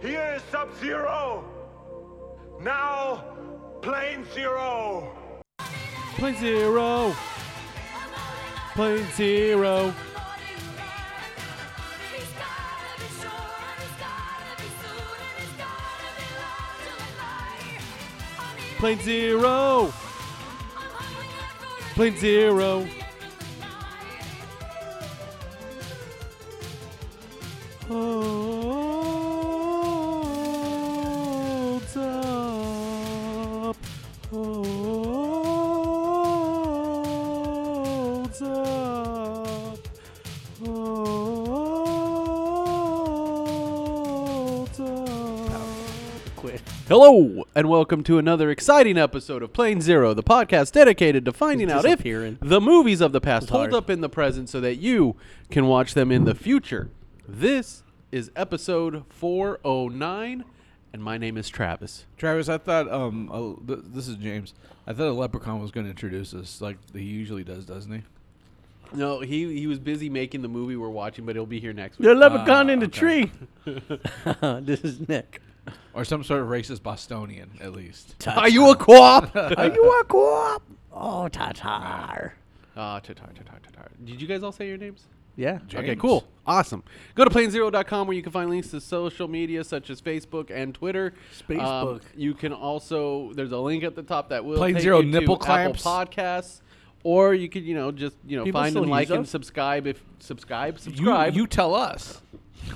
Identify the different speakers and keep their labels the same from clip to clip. Speaker 1: Here is Sub Zero. Now, Plane Zero.
Speaker 2: Plane zero. Plane zero. Plane zero. Plane zero. Holds up. Holds up. Holds up. Hello, and welcome to another exciting episode of Plane Zero, the podcast dedicated to finding out if
Speaker 3: disappearing.
Speaker 2: the movies of the past hold
Speaker 3: hard.
Speaker 2: up in the present so that you can watch them in the future. This is episode 409, and my name is Travis.
Speaker 4: Travis, I thought um, a, th- this is James. I thought a leprechaun was going to introduce us, like he usually does, doesn't he?
Speaker 2: No, he, he was busy making the movie we're watching, but he'll be here next
Speaker 3: The
Speaker 2: week.
Speaker 3: leprechaun
Speaker 4: Ah,
Speaker 3: in the
Speaker 4: okay.
Speaker 3: tree. this is Nick.
Speaker 4: Or some sort of racist Bostonian, at least.
Speaker 2: Are you a co-op?
Speaker 3: Are you a co-op? Oh, Tatar.
Speaker 2: Ah, tatar, tatar, tatar. Did you guys all say your names?
Speaker 3: Yeah.
Speaker 2: Okay,
Speaker 4: James.
Speaker 2: cool. Awesome. Go to planezero.com where you can find links to social media such as Facebook and Twitter. Um,
Speaker 3: Spacebook.
Speaker 2: you can also there's a link at the top that will
Speaker 4: Plane
Speaker 2: take
Speaker 4: Zero
Speaker 2: you
Speaker 4: nipple
Speaker 2: to
Speaker 4: clamps.
Speaker 2: Apple Podcasts or you could, you know, just, you know,
Speaker 3: People
Speaker 2: find
Speaker 3: still
Speaker 2: and
Speaker 3: use
Speaker 2: like and
Speaker 3: those?
Speaker 2: subscribe if subscribe,
Speaker 4: You,
Speaker 2: subscribe,
Speaker 4: you tell us.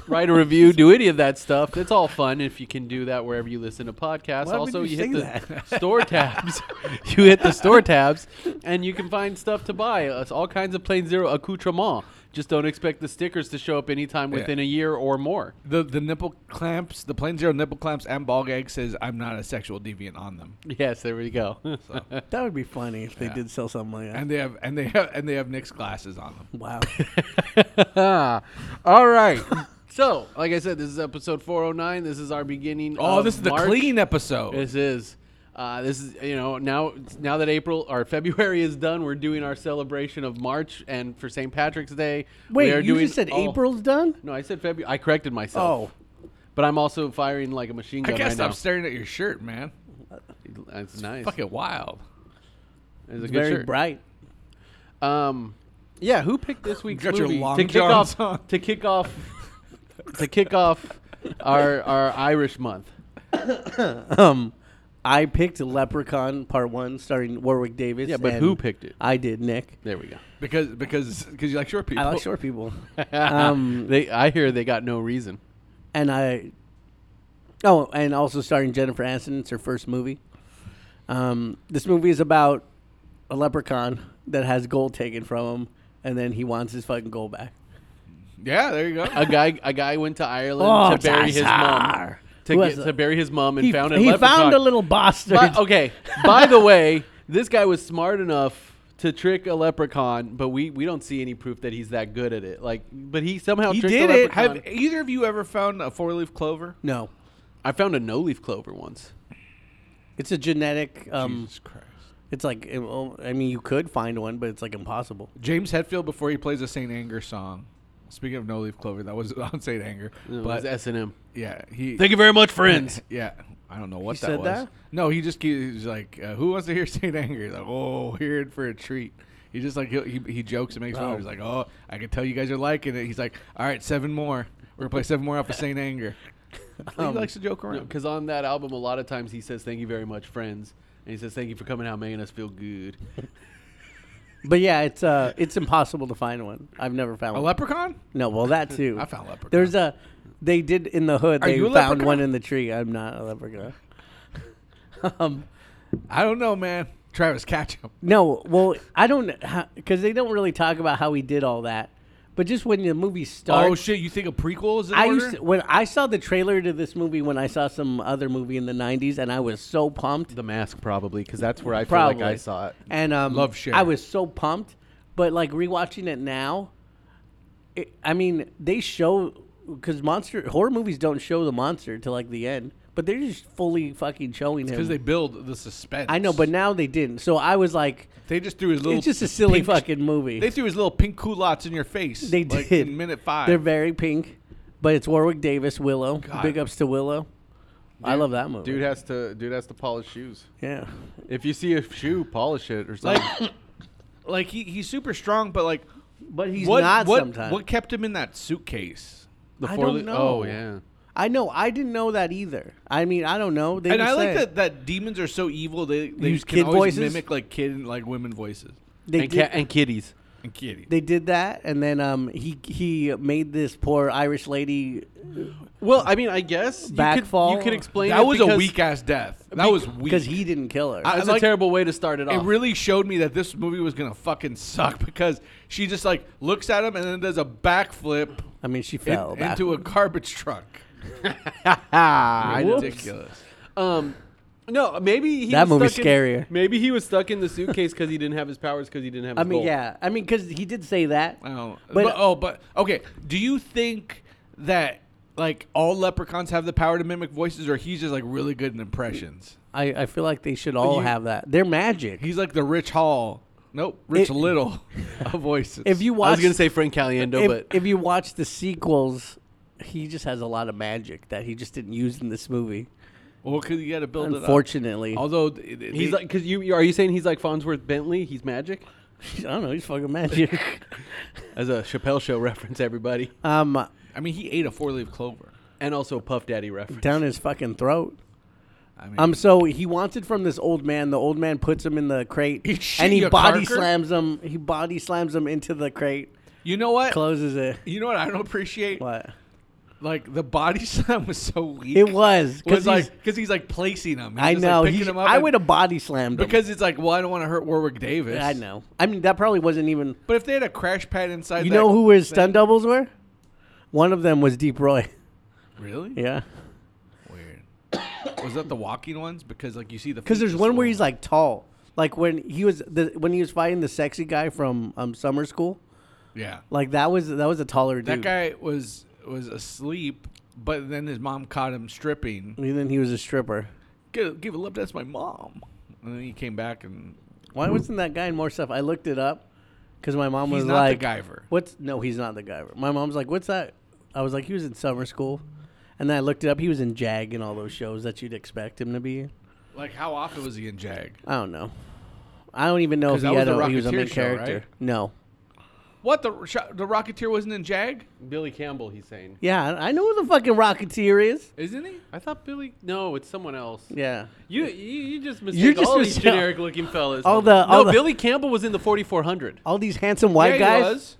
Speaker 2: write a review, do any of that stuff. It's all fun if you can do that wherever you listen to podcasts.
Speaker 3: Why would
Speaker 2: also,
Speaker 3: you
Speaker 2: hit
Speaker 3: say
Speaker 2: the store tabs. you hit the store tabs, and you can find stuff to buy. Uh, It's all kinds of Plain Zero accoutrement. Just don't expect the stickers to show up anytime
Speaker 4: Yeah.
Speaker 2: within a year or more.
Speaker 4: The the nipple clamps, the plain zero nipple clamps, and ball gag says I'm not a sexual deviant on them,
Speaker 2: Yes, there we go.
Speaker 3: That would be funny if they
Speaker 4: Yeah.
Speaker 3: did sell something like that.
Speaker 4: and they have and they have and they have Nick's glasses on them.
Speaker 3: wow.
Speaker 2: all right. So, like I said, this is episode 409. This is our beginning.
Speaker 4: Oh,
Speaker 2: of
Speaker 4: this is the
Speaker 2: March.
Speaker 4: clean episode.
Speaker 2: This Um, is. Uh, this is you know now now that April or February is done, we're doing our celebration of March and for St. Patrick's Day. we
Speaker 3: Wait,
Speaker 2: are
Speaker 3: you
Speaker 2: doing
Speaker 3: just said
Speaker 2: all-
Speaker 3: April's done?
Speaker 2: No, I said February. I corrected myself.
Speaker 3: Oh.
Speaker 2: but I'm also firing like a machine
Speaker 4: I
Speaker 2: gun
Speaker 4: can't
Speaker 2: right
Speaker 4: stop
Speaker 2: now.
Speaker 4: staring at your shirt, man.
Speaker 2: That's nice.
Speaker 4: Fucking wild.
Speaker 2: It's a good
Speaker 3: Very
Speaker 2: shirt.
Speaker 3: bright.
Speaker 2: Um, yeah, who picked this week's
Speaker 4: Got your
Speaker 2: movie
Speaker 4: long
Speaker 2: to kick
Speaker 4: johns
Speaker 2: off
Speaker 4: on.
Speaker 2: to kick off to kick off our our Irish month?
Speaker 3: Um, I picked Leprechaun Part One, starring Warwick Davis.
Speaker 2: Yeah, but
Speaker 3: and
Speaker 2: who picked it?
Speaker 3: I did, Nick.
Speaker 2: There we go.
Speaker 4: Because because because you like short people.
Speaker 3: I like short people, Um,
Speaker 2: they I hear they got no reason.
Speaker 3: and I. Oh, and also starring Jennifer Aniston. It's her first movie. Um, this movie is about a leprechaun that has gold taken from him, and then he wants his fucking gold back.
Speaker 4: Yeah, there you go.
Speaker 2: A guy a guy went to Ireland
Speaker 3: Oh,
Speaker 2: to bury his mom
Speaker 3: Tassar.
Speaker 2: to,
Speaker 3: Who has
Speaker 2: get,
Speaker 3: a-
Speaker 2: to bury his mom and
Speaker 3: he
Speaker 2: found a
Speaker 3: he
Speaker 2: leprechaun.
Speaker 3: found a little bastard.
Speaker 2: But- okay. By the way, this guy was smart enough to trick a leprechaun, but we, we don't see any proof that he's that good at it. Like, but he somehow
Speaker 3: He
Speaker 2: tricked
Speaker 3: did
Speaker 2: a
Speaker 3: it.
Speaker 2: leprechaun.
Speaker 4: have either of you ever found a four leaf clover?
Speaker 3: No,
Speaker 2: I found a no leaf clover once.
Speaker 3: it's a genetic. Um,
Speaker 4: Jesus Christ.
Speaker 3: it's like it- well, I mean, you could find one, but it's like impossible.
Speaker 4: James Hetfield before he plays a Saint Anger song. Speaking of No Leaf Clover, that was on Saint Anger.
Speaker 2: It
Speaker 4: but
Speaker 2: was S and M.
Speaker 4: yeah, he
Speaker 2: Thank you very much, friends.
Speaker 4: yeah. I don't know what that
Speaker 3: said
Speaker 4: was.
Speaker 3: that?
Speaker 4: No, he just keeps he's like, uh, "Who wants to hear Saint Anger?" He's like, "Oh, hear it for a treat." He just like he'll- he he jokes and makes fun. of it. He's like, "Oh, I can tell you guys are liking it." He's like, "All right, seven more. We're gonna play seven more off of Saint Anger." Um, he likes to joke around.
Speaker 2: Because on that album, a lot of times he says "Thank you very much, friends," and he says "Thank you for coming out, making us feel good."
Speaker 3: But yeah, it's uh, it's impossible to find one. I've never found
Speaker 4: a
Speaker 3: one.
Speaker 4: leprechaun?
Speaker 3: No, well that too.
Speaker 4: I found leprechaun.
Speaker 3: There's a. They did in the hood.
Speaker 4: Are
Speaker 3: they
Speaker 4: you a
Speaker 3: found
Speaker 4: leprechaun?
Speaker 3: one in the tree. I'm not a leprechaun. um,
Speaker 4: I don't know, man. Travis, catch him.
Speaker 3: no, well I don't because they don't really talk about how he did all that. But just when the movie starts,
Speaker 4: Oh shit! You think a prequel is in
Speaker 3: I
Speaker 4: order?
Speaker 3: used to, when I saw the trailer to this movie when I saw some other movie in the '90s, and I was so pumped.
Speaker 2: the Mask, probably, because that's where I feel
Speaker 3: Probably
Speaker 2: like I saw it.
Speaker 3: And um,
Speaker 4: Love Share.
Speaker 3: I was so pumped, but like rewatching it now, it, I mean, they show because monster horror movies don't show the monster till like the end, but they're just fully fucking showing him.
Speaker 4: because they build the suspense.
Speaker 3: I know, but now they didn't. So I was like,
Speaker 4: They just threw his little.
Speaker 3: it's just a silly
Speaker 4: pink-
Speaker 3: fucking movie.
Speaker 4: They threw his little pink culottes in your face.
Speaker 3: They
Speaker 4: like,
Speaker 3: did
Speaker 4: in minute five.
Speaker 3: They're very pink. But it's Warwick Davis, Willow. Big ups to Willow. I
Speaker 2: Dude-
Speaker 3: love that movie.
Speaker 2: Dude has to dude has to polish shoes.
Speaker 3: Yeah.
Speaker 2: If you see a shoe, polish it or something.
Speaker 4: Like, like he, he's super strong, but like,
Speaker 3: But he's
Speaker 4: what,
Speaker 3: not
Speaker 4: what,
Speaker 3: sometimes.
Speaker 4: What kept him in that suitcase?
Speaker 2: the
Speaker 3: I
Speaker 2: four
Speaker 3: don't
Speaker 2: li-
Speaker 3: know.
Speaker 2: Oh yeah.
Speaker 3: I know. I didn't know that either. I mean, I don't know. They
Speaker 4: and
Speaker 3: didn't
Speaker 4: I like
Speaker 3: say.
Speaker 4: that, that demons are so evil they, they
Speaker 3: Use
Speaker 4: can
Speaker 3: kid
Speaker 4: always
Speaker 3: voices?
Speaker 4: mimic like kid like women voices
Speaker 3: They
Speaker 2: and,
Speaker 3: did-
Speaker 2: ca- and kitties.
Speaker 4: and kitty.
Speaker 3: They did that, and then um, he he made this poor Irish lady.
Speaker 2: Well, I mean, I guess you could,
Speaker 3: Backfall.
Speaker 2: you could explain
Speaker 4: that
Speaker 2: it
Speaker 4: was a
Speaker 2: because
Speaker 4: weak ass death. That was weak.
Speaker 3: because he didn't kill her.
Speaker 4: I-
Speaker 2: That's
Speaker 4: like-
Speaker 2: a terrible way to start it
Speaker 4: it
Speaker 2: off.
Speaker 4: really showed me that this movie was gonna fucking suck because she just like looks at him and then does a backflip
Speaker 3: I mean, she
Speaker 4: in-
Speaker 3: fell back.
Speaker 4: into a garbage truck.
Speaker 3: Ah,
Speaker 2: I know.
Speaker 4: Ridiculous.
Speaker 2: Ah, Um, no, maybe he
Speaker 3: That
Speaker 2: was
Speaker 3: movie's
Speaker 2: stuck
Speaker 3: scarier.
Speaker 2: In, maybe he was stuck in the suitcase because he didn't have his powers because he didn't have.
Speaker 3: I
Speaker 2: His
Speaker 3: mean,
Speaker 2: gold.
Speaker 3: yeah. I mean, because he did say that.
Speaker 4: I don't. But,
Speaker 3: But-
Speaker 4: oh, but okay. Do you think that like all leprechauns have the power to mimic voices, or he's just like really good in impressions?
Speaker 3: I, I feel like they should all
Speaker 4: you-
Speaker 3: have that. They're magic.
Speaker 4: He's like the Rich Hall. Nope, Rich
Speaker 3: It-
Speaker 4: Little of voices.
Speaker 3: If you
Speaker 2: I
Speaker 3: watch,
Speaker 2: was gonna say Frank Caliendo,
Speaker 3: if,
Speaker 2: but
Speaker 3: if you watch the sequels, he just has a lot of magic that he just didn't use in this movie.
Speaker 4: well, because you got to build
Speaker 3: Unfortunately,
Speaker 4: it up. Although th- th-
Speaker 2: he's
Speaker 4: they-
Speaker 2: like because you are you saying he's like Farnsworth Bentley? He's magic
Speaker 3: I don't know. He's fucking magic.
Speaker 2: as a Chappelle Show reference, everybody,
Speaker 3: um,
Speaker 4: I mean, he ate a four-leaf clover.
Speaker 2: and also Puff Daddy reference.
Speaker 3: down his fucking throat.
Speaker 4: I mean,
Speaker 3: Um, so he wants it from this old man. The old man puts him in the crate,
Speaker 4: He shit
Speaker 3: and he
Speaker 4: you a
Speaker 3: body
Speaker 4: carker?
Speaker 3: slams him. He body slams him into the crate,
Speaker 4: you know what?
Speaker 3: closes it.
Speaker 4: you know what? I don't appreciate.
Speaker 3: What?
Speaker 4: Like the body slam was so weak.
Speaker 3: It was
Speaker 4: was
Speaker 3: because
Speaker 4: like because he's like placing him. He's
Speaker 3: I
Speaker 4: just, like,
Speaker 3: know.
Speaker 4: picking
Speaker 3: he,
Speaker 4: him up
Speaker 3: I
Speaker 4: and-
Speaker 3: would have body slammed him.
Speaker 4: because it's like, well, I don't want to hurt Warwick Davis.
Speaker 3: I know. I mean, that probably wasn't even.
Speaker 4: But if they had a crash pad inside,
Speaker 3: You
Speaker 4: that-
Speaker 3: know who his stunt doubles were? One of them was Deep Roy.
Speaker 4: Really?
Speaker 3: Yeah,
Speaker 4: Weird. was that the walking ones? Because like you see the
Speaker 3: because
Speaker 4: feet
Speaker 3: there's
Speaker 4: just
Speaker 3: one where
Speaker 4: swing.
Speaker 3: he's like tall. Like when he was the, when he was fighting the sexy guy from um, summer school.
Speaker 4: yeah,
Speaker 3: Like that was that was a taller
Speaker 4: that
Speaker 3: dude.
Speaker 4: guy was was asleep, but then his mom caught him stripping.
Speaker 3: And then he was a stripper.
Speaker 4: Give, give it up, that's my mom. And then he came back and
Speaker 3: Why wasn't that guy in more stuff? I looked it up because my mom
Speaker 4: He's
Speaker 3: was
Speaker 4: not the
Speaker 3: like,
Speaker 4: Guyver.
Speaker 3: "What's no? He's not the Guyver." My mom's like, "What's that?" I was like, "He was in summer school," and then I looked it up. He was in Jag and all those shows that you'd expect him to be. in.
Speaker 4: like how often was he in Jag?
Speaker 3: I don't know. I don't even know
Speaker 4: 'Cause
Speaker 3: if
Speaker 4: that
Speaker 3: he
Speaker 4: was
Speaker 3: had
Speaker 4: the
Speaker 3: a, he was a
Speaker 4: Rocketeer
Speaker 3: main
Speaker 4: show,
Speaker 3: character.
Speaker 4: right?
Speaker 3: No.
Speaker 4: What the the Rocketeer wasn't in Jag,
Speaker 2: Billy Campbell, he's saying.
Speaker 3: Yeah, I- I know who the fucking Rocketeer is.
Speaker 4: isn't he?
Speaker 2: I thought Billy. No, it's someone else.
Speaker 3: Yeah.
Speaker 2: You you, you just mistake
Speaker 3: You just
Speaker 2: all these
Speaker 3: mistake-
Speaker 2: generic looking fellas.
Speaker 3: all the-
Speaker 2: no,
Speaker 3: all the-
Speaker 2: Billy Campbell was in the 4400.
Speaker 3: All these handsome white guys.
Speaker 4: yeah, He was.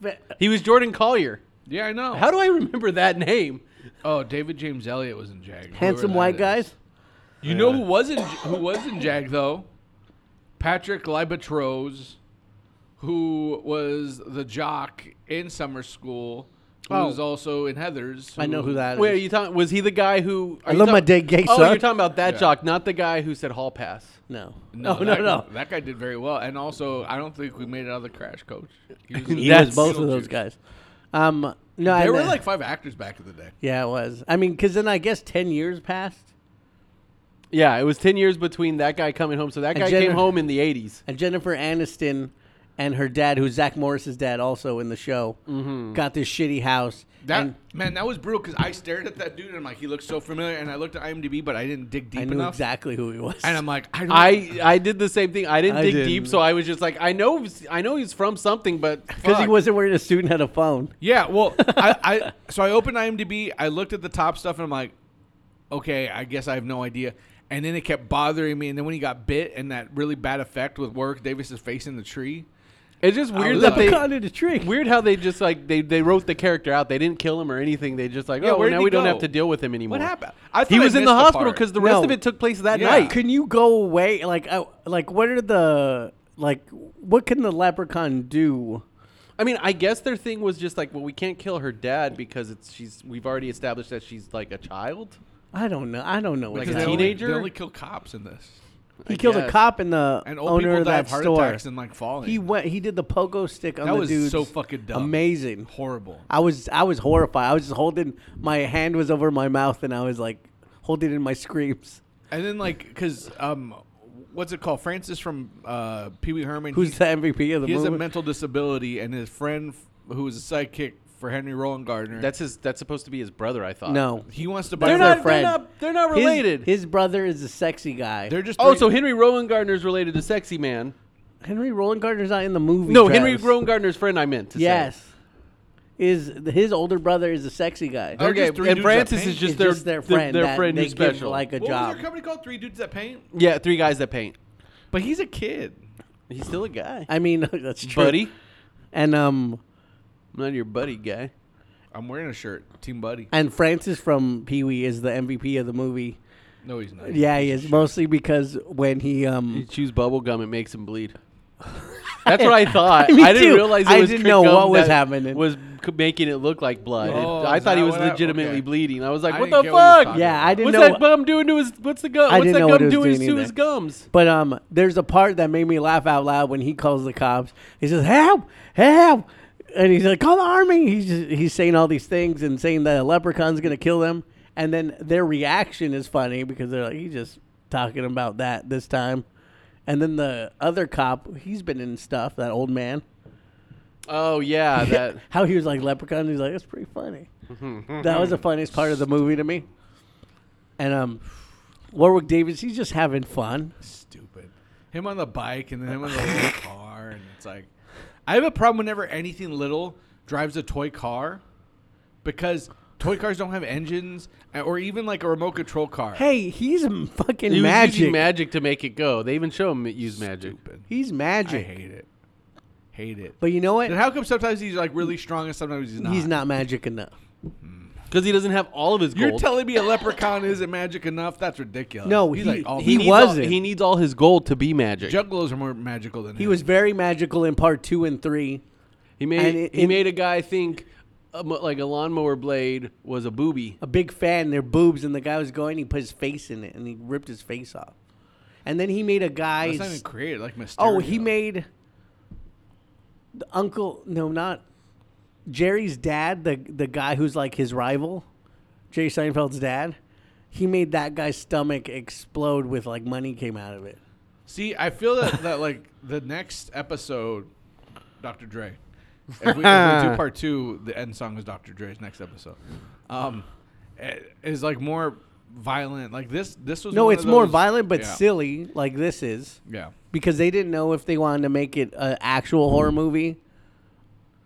Speaker 3: But-
Speaker 2: He was Jordan Collier.
Speaker 4: Yeah, I know.
Speaker 2: How do I remember that name?
Speaker 4: oh, David James Elliott was in Jag. whoever
Speaker 3: Handsome
Speaker 4: that
Speaker 3: white
Speaker 4: is.
Speaker 3: guys.
Speaker 4: You know who was in who was in Jag though? Patrick Libatros, who was the jock in summer school, who
Speaker 3: Oh.
Speaker 4: was also in Heather's.
Speaker 3: I know who that is.
Speaker 2: Wait, are you talking? Was he the guy who? are
Speaker 3: I
Speaker 2: you
Speaker 3: love
Speaker 2: talk-
Speaker 3: my dead gay
Speaker 2: Oh,
Speaker 3: son.
Speaker 2: you're talking about that
Speaker 4: Yeah.
Speaker 2: jock, not the guy who said hall pass.
Speaker 3: No.
Speaker 4: No,
Speaker 3: Oh, No,
Speaker 2: Oh,
Speaker 3: no,
Speaker 4: that,
Speaker 3: no.
Speaker 4: That guy did very well, and also I don't think we made it out of the crash coach. He was,
Speaker 3: He
Speaker 2: That's-
Speaker 3: was both of those guys. Um, no, I
Speaker 4: There were like five actors back in the day.
Speaker 3: Yeah, it was. I mean, because then I guess ten years passed,
Speaker 2: Yeah, it was ten years between that guy coming home. So that
Speaker 3: And
Speaker 2: guy
Speaker 3: Jenner-
Speaker 2: came home in the '80s.
Speaker 3: and Jennifer Aniston and her dad, who's Zach Morris's dad, also in the show,
Speaker 2: Mm-hmm.
Speaker 3: got this shitty house.
Speaker 4: That
Speaker 3: and
Speaker 4: man, that was brutal because I stared at that dude and I'm like, he looks so familiar, and I looked at IMDb, but I didn't dig deep
Speaker 3: I knew
Speaker 4: enough.
Speaker 3: exactly who he was.
Speaker 4: And I'm like, I don't.
Speaker 2: I I did the same thing. I didn't
Speaker 3: I
Speaker 2: dig
Speaker 3: didn't.
Speaker 2: deep, so I was just like, I know I know he's from something, but
Speaker 3: because he
Speaker 2: fuck.
Speaker 3: wasn't wearing a suit and had a phone.
Speaker 4: Yeah, well, I, I so I opened IMDb. I looked at the top stuff, and I'm like, okay, I guess I have no idea. And then it kept bothering me. And then when he got bit, and that really bad effect with Warwick Davis's face in the tree.
Speaker 2: It's just weird
Speaker 4: was
Speaker 2: that they
Speaker 3: Leprechaun in a tree.
Speaker 2: weird how they just like they, they wrote the character out. They didn't kill him or anything. They just like
Speaker 4: Yeah,
Speaker 2: oh
Speaker 4: where
Speaker 2: well,
Speaker 4: did
Speaker 2: now
Speaker 4: he
Speaker 2: we don't
Speaker 4: go?
Speaker 2: have to deal with him anymore.
Speaker 4: happened? I
Speaker 2: He
Speaker 4: thought I
Speaker 2: was in
Speaker 4: missed
Speaker 2: the
Speaker 4: the
Speaker 2: hospital
Speaker 4: part.
Speaker 2: because the rest
Speaker 3: No.
Speaker 2: of it took place that
Speaker 4: Yeah.
Speaker 2: night.
Speaker 3: Can you go away? Like, I, like, what are the like? What can the leprechaun do?
Speaker 2: I mean, I guess their thing was just like, well, we can't kill her dad because it's she's we've already established that she's like a child.
Speaker 3: I don't know. I don't know.
Speaker 2: Like
Speaker 3: What
Speaker 2: a
Speaker 3: that
Speaker 4: they
Speaker 3: was.
Speaker 4: only-
Speaker 2: teenager?
Speaker 4: they only kill cops in this,
Speaker 3: He
Speaker 2: I
Speaker 3: killed a
Speaker 2: guess.
Speaker 3: cop and the
Speaker 4: and old
Speaker 3: owner
Speaker 4: people
Speaker 3: of
Speaker 4: die
Speaker 3: that
Speaker 4: of heart
Speaker 3: store.
Speaker 4: attacks and like falling.
Speaker 3: He went. He did the pogo stick on
Speaker 4: That
Speaker 3: the
Speaker 4: was
Speaker 3: dude's
Speaker 4: so fucking dumb.
Speaker 3: Amazing.
Speaker 4: horrible.
Speaker 3: I was I was horrified. I was just holding my hand was over my mouth and I was like holding in my screams.
Speaker 4: And then like because um, what's it called? Francis from uh, Pee Wee Herman.
Speaker 3: Who's
Speaker 4: he-
Speaker 3: the MVP of the
Speaker 4: he has a
Speaker 3: movie?
Speaker 4: mental disability, and his friend f- who was a sidekick for Henry Roland Gardner.
Speaker 2: That's his. That's supposed to be his brother. I thought.
Speaker 3: No,
Speaker 4: he wants to buy.
Speaker 2: They're
Speaker 3: That's their
Speaker 2: not, they're
Speaker 3: friend.
Speaker 2: not. They're not
Speaker 3: His-
Speaker 2: related.
Speaker 3: His, brother is a sexy guy.
Speaker 4: They're just.
Speaker 2: oh,
Speaker 4: three-
Speaker 2: so Henry Rowan Gardner's related to Sexy Man.
Speaker 3: Henry Roland Gardner's not in the movie.
Speaker 2: No, Henry
Speaker 3: Travis.
Speaker 2: Rowan Gardner's friend. I meant. To say.
Speaker 3: Yes, is his older brother is a sexy guy.
Speaker 4: They're
Speaker 2: Okay,
Speaker 4: just three
Speaker 2: and
Speaker 4: dudes that
Speaker 2: Francis is
Speaker 4: paint.
Speaker 2: just,
Speaker 3: It's
Speaker 2: their,
Speaker 3: just their
Speaker 2: their-
Speaker 3: friend
Speaker 2: Their,
Speaker 3: that
Speaker 2: friend
Speaker 3: they
Speaker 2: who's
Speaker 3: give,
Speaker 2: special.
Speaker 3: like a
Speaker 4: What was
Speaker 3: job.
Speaker 4: their company called? Three dudes that paint.
Speaker 2: yeah, three guys that paint.
Speaker 4: But he's a kid.
Speaker 2: He's still a guy,
Speaker 3: I mean, that's true.
Speaker 2: buddy.
Speaker 3: and um,
Speaker 2: I'm not your buddy guy.
Speaker 4: I'm wearing a shirt. Team Buddy.
Speaker 3: and Francis from Pee Wee is the MVP of the movie.
Speaker 4: No, he's not.
Speaker 3: Yeah, he is mostly because when he um,
Speaker 2: You choose bubble gum, it makes him bleed. That's what I thought.
Speaker 3: Me
Speaker 2: I didn't
Speaker 3: too.
Speaker 2: realize it
Speaker 3: I
Speaker 2: was
Speaker 3: didn't
Speaker 2: Trick
Speaker 3: know
Speaker 2: Gum
Speaker 3: what was
Speaker 2: that
Speaker 3: happening.
Speaker 2: Was c- making it look like blood. It-
Speaker 4: Oh,
Speaker 2: I
Speaker 4: is
Speaker 2: thought he
Speaker 4: that
Speaker 2: was
Speaker 4: what that-
Speaker 2: legitimately
Speaker 4: okay.
Speaker 2: bleeding. I was like,
Speaker 4: I
Speaker 2: "What
Speaker 4: didn't
Speaker 2: the
Speaker 4: get what he was
Speaker 2: fuck?"
Speaker 4: talking
Speaker 3: yeah, I didn't
Speaker 2: What's
Speaker 3: know.
Speaker 2: that
Speaker 3: what-
Speaker 2: bum doing to his? What's the gum?
Speaker 3: I
Speaker 2: What's
Speaker 3: didn't
Speaker 2: that
Speaker 3: know what
Speaker 2: gum
Speaker 3: it was
Speaker 2: doing
Speaker 3: doing
Speaker 2: to
Speaker 3: either.
Speaker 2: his gums?
Speaker 3: But um, there's a part that made me laugh out loud when he calls the cops. He says, "Help! Help!" And he's like, "Call the army!" He's just, he's saying all these things and saying that a leprechaun's gonna kill them. And then their reaction is funny because they're like, "He's just talking about that this time." And then the other cop, he's been in stuff. That old man,
Speaker 2: Oh yeah, that.
Speaker 3: how he was like leprechaun. He's like, "That's pretty funny." that was the funniest part of the movie to me. And um, Warwick Davis, he's just having fun.
Speaker 4: Stupid. Him on the bike and then him on the little car, and it's like, I have a problem whenever anything little drives a toy car, because toy cars don't have engines uh, or even like a remote control car.
Speaker 3: Hey, he's m- fucking
Speaker 2: He was
Speaker 3: magic.
Speaker 2: using magic to make it go. They even show him use magic.
Speaker 4: Stupid.
Speaker 3: he's
Speaker 4: I
Speaker 3: magic.
Speaker 4: hate it. Hate it.
Speaker 3: But you know what?
Speaker 4: And how come sometimes he's like really strong and sometimes he's not?
Speaker 3: He's not magic enough.
Speaker 2: Because he doesn't have all of his
Speaker 4: You're
Speaker 2: gold.
Speaker 4: telling me a leprechaun isn't magic enough? That's ridiculous.
Speaker 3: No,
Speaker 4: he's
Speaker 3: he-
Speaker 4: like all
Speaker 3: he
Speaker 2: needs
Speaker 3: wasn't.
Speaker 2: All, he needs all his gold to be magic.
Speaker 4: juggalos are more magical than
Speaker 3: He
Speaker 4: him.
Speaker 3: was very magical in part two and three.
Speaker 2: he made
Speaker 3: and it-
Speaker 2: he
Speaker 3: it-
Speaker 2: made a guy think a mo- like a lawnmower blade was a booby.
Speaker 3: A big fan, their boobs, and the guy was going. He put his face in it, and he ripped his face off. And then he made a
Speaker 4: That's
Speaker 3: guy.
Speaker 4: not even created like Mysterio.
Speaker 3: Oh, he made the uncle. No, not Jerry's dad. The the guy who's like his rival, Jerry Seinfeld's dad. He made that guy's stomach explode with like money came out of it.
Speaker 4: See, I feel that, that like the next episode, Dr. Dre. If we, if we do part two, the end song is Dr. Dre's next episode. Um, eh, is like more violent. Like this, this was
Speaker 3: No,
Speaker 4: one
Speaker 3: it's
Speaker 4: of
Speaker 3: more
Speaker 4: those-
Speaker 3: violent but
Speaker 4: yeah,
Speaker 3: silly, like this is,
Speaker 4: Yeah,
Speaker 3: because they didn't know if they wanted to make it an actual horror
Speaker 4: Mm.
Speaker 3: movie.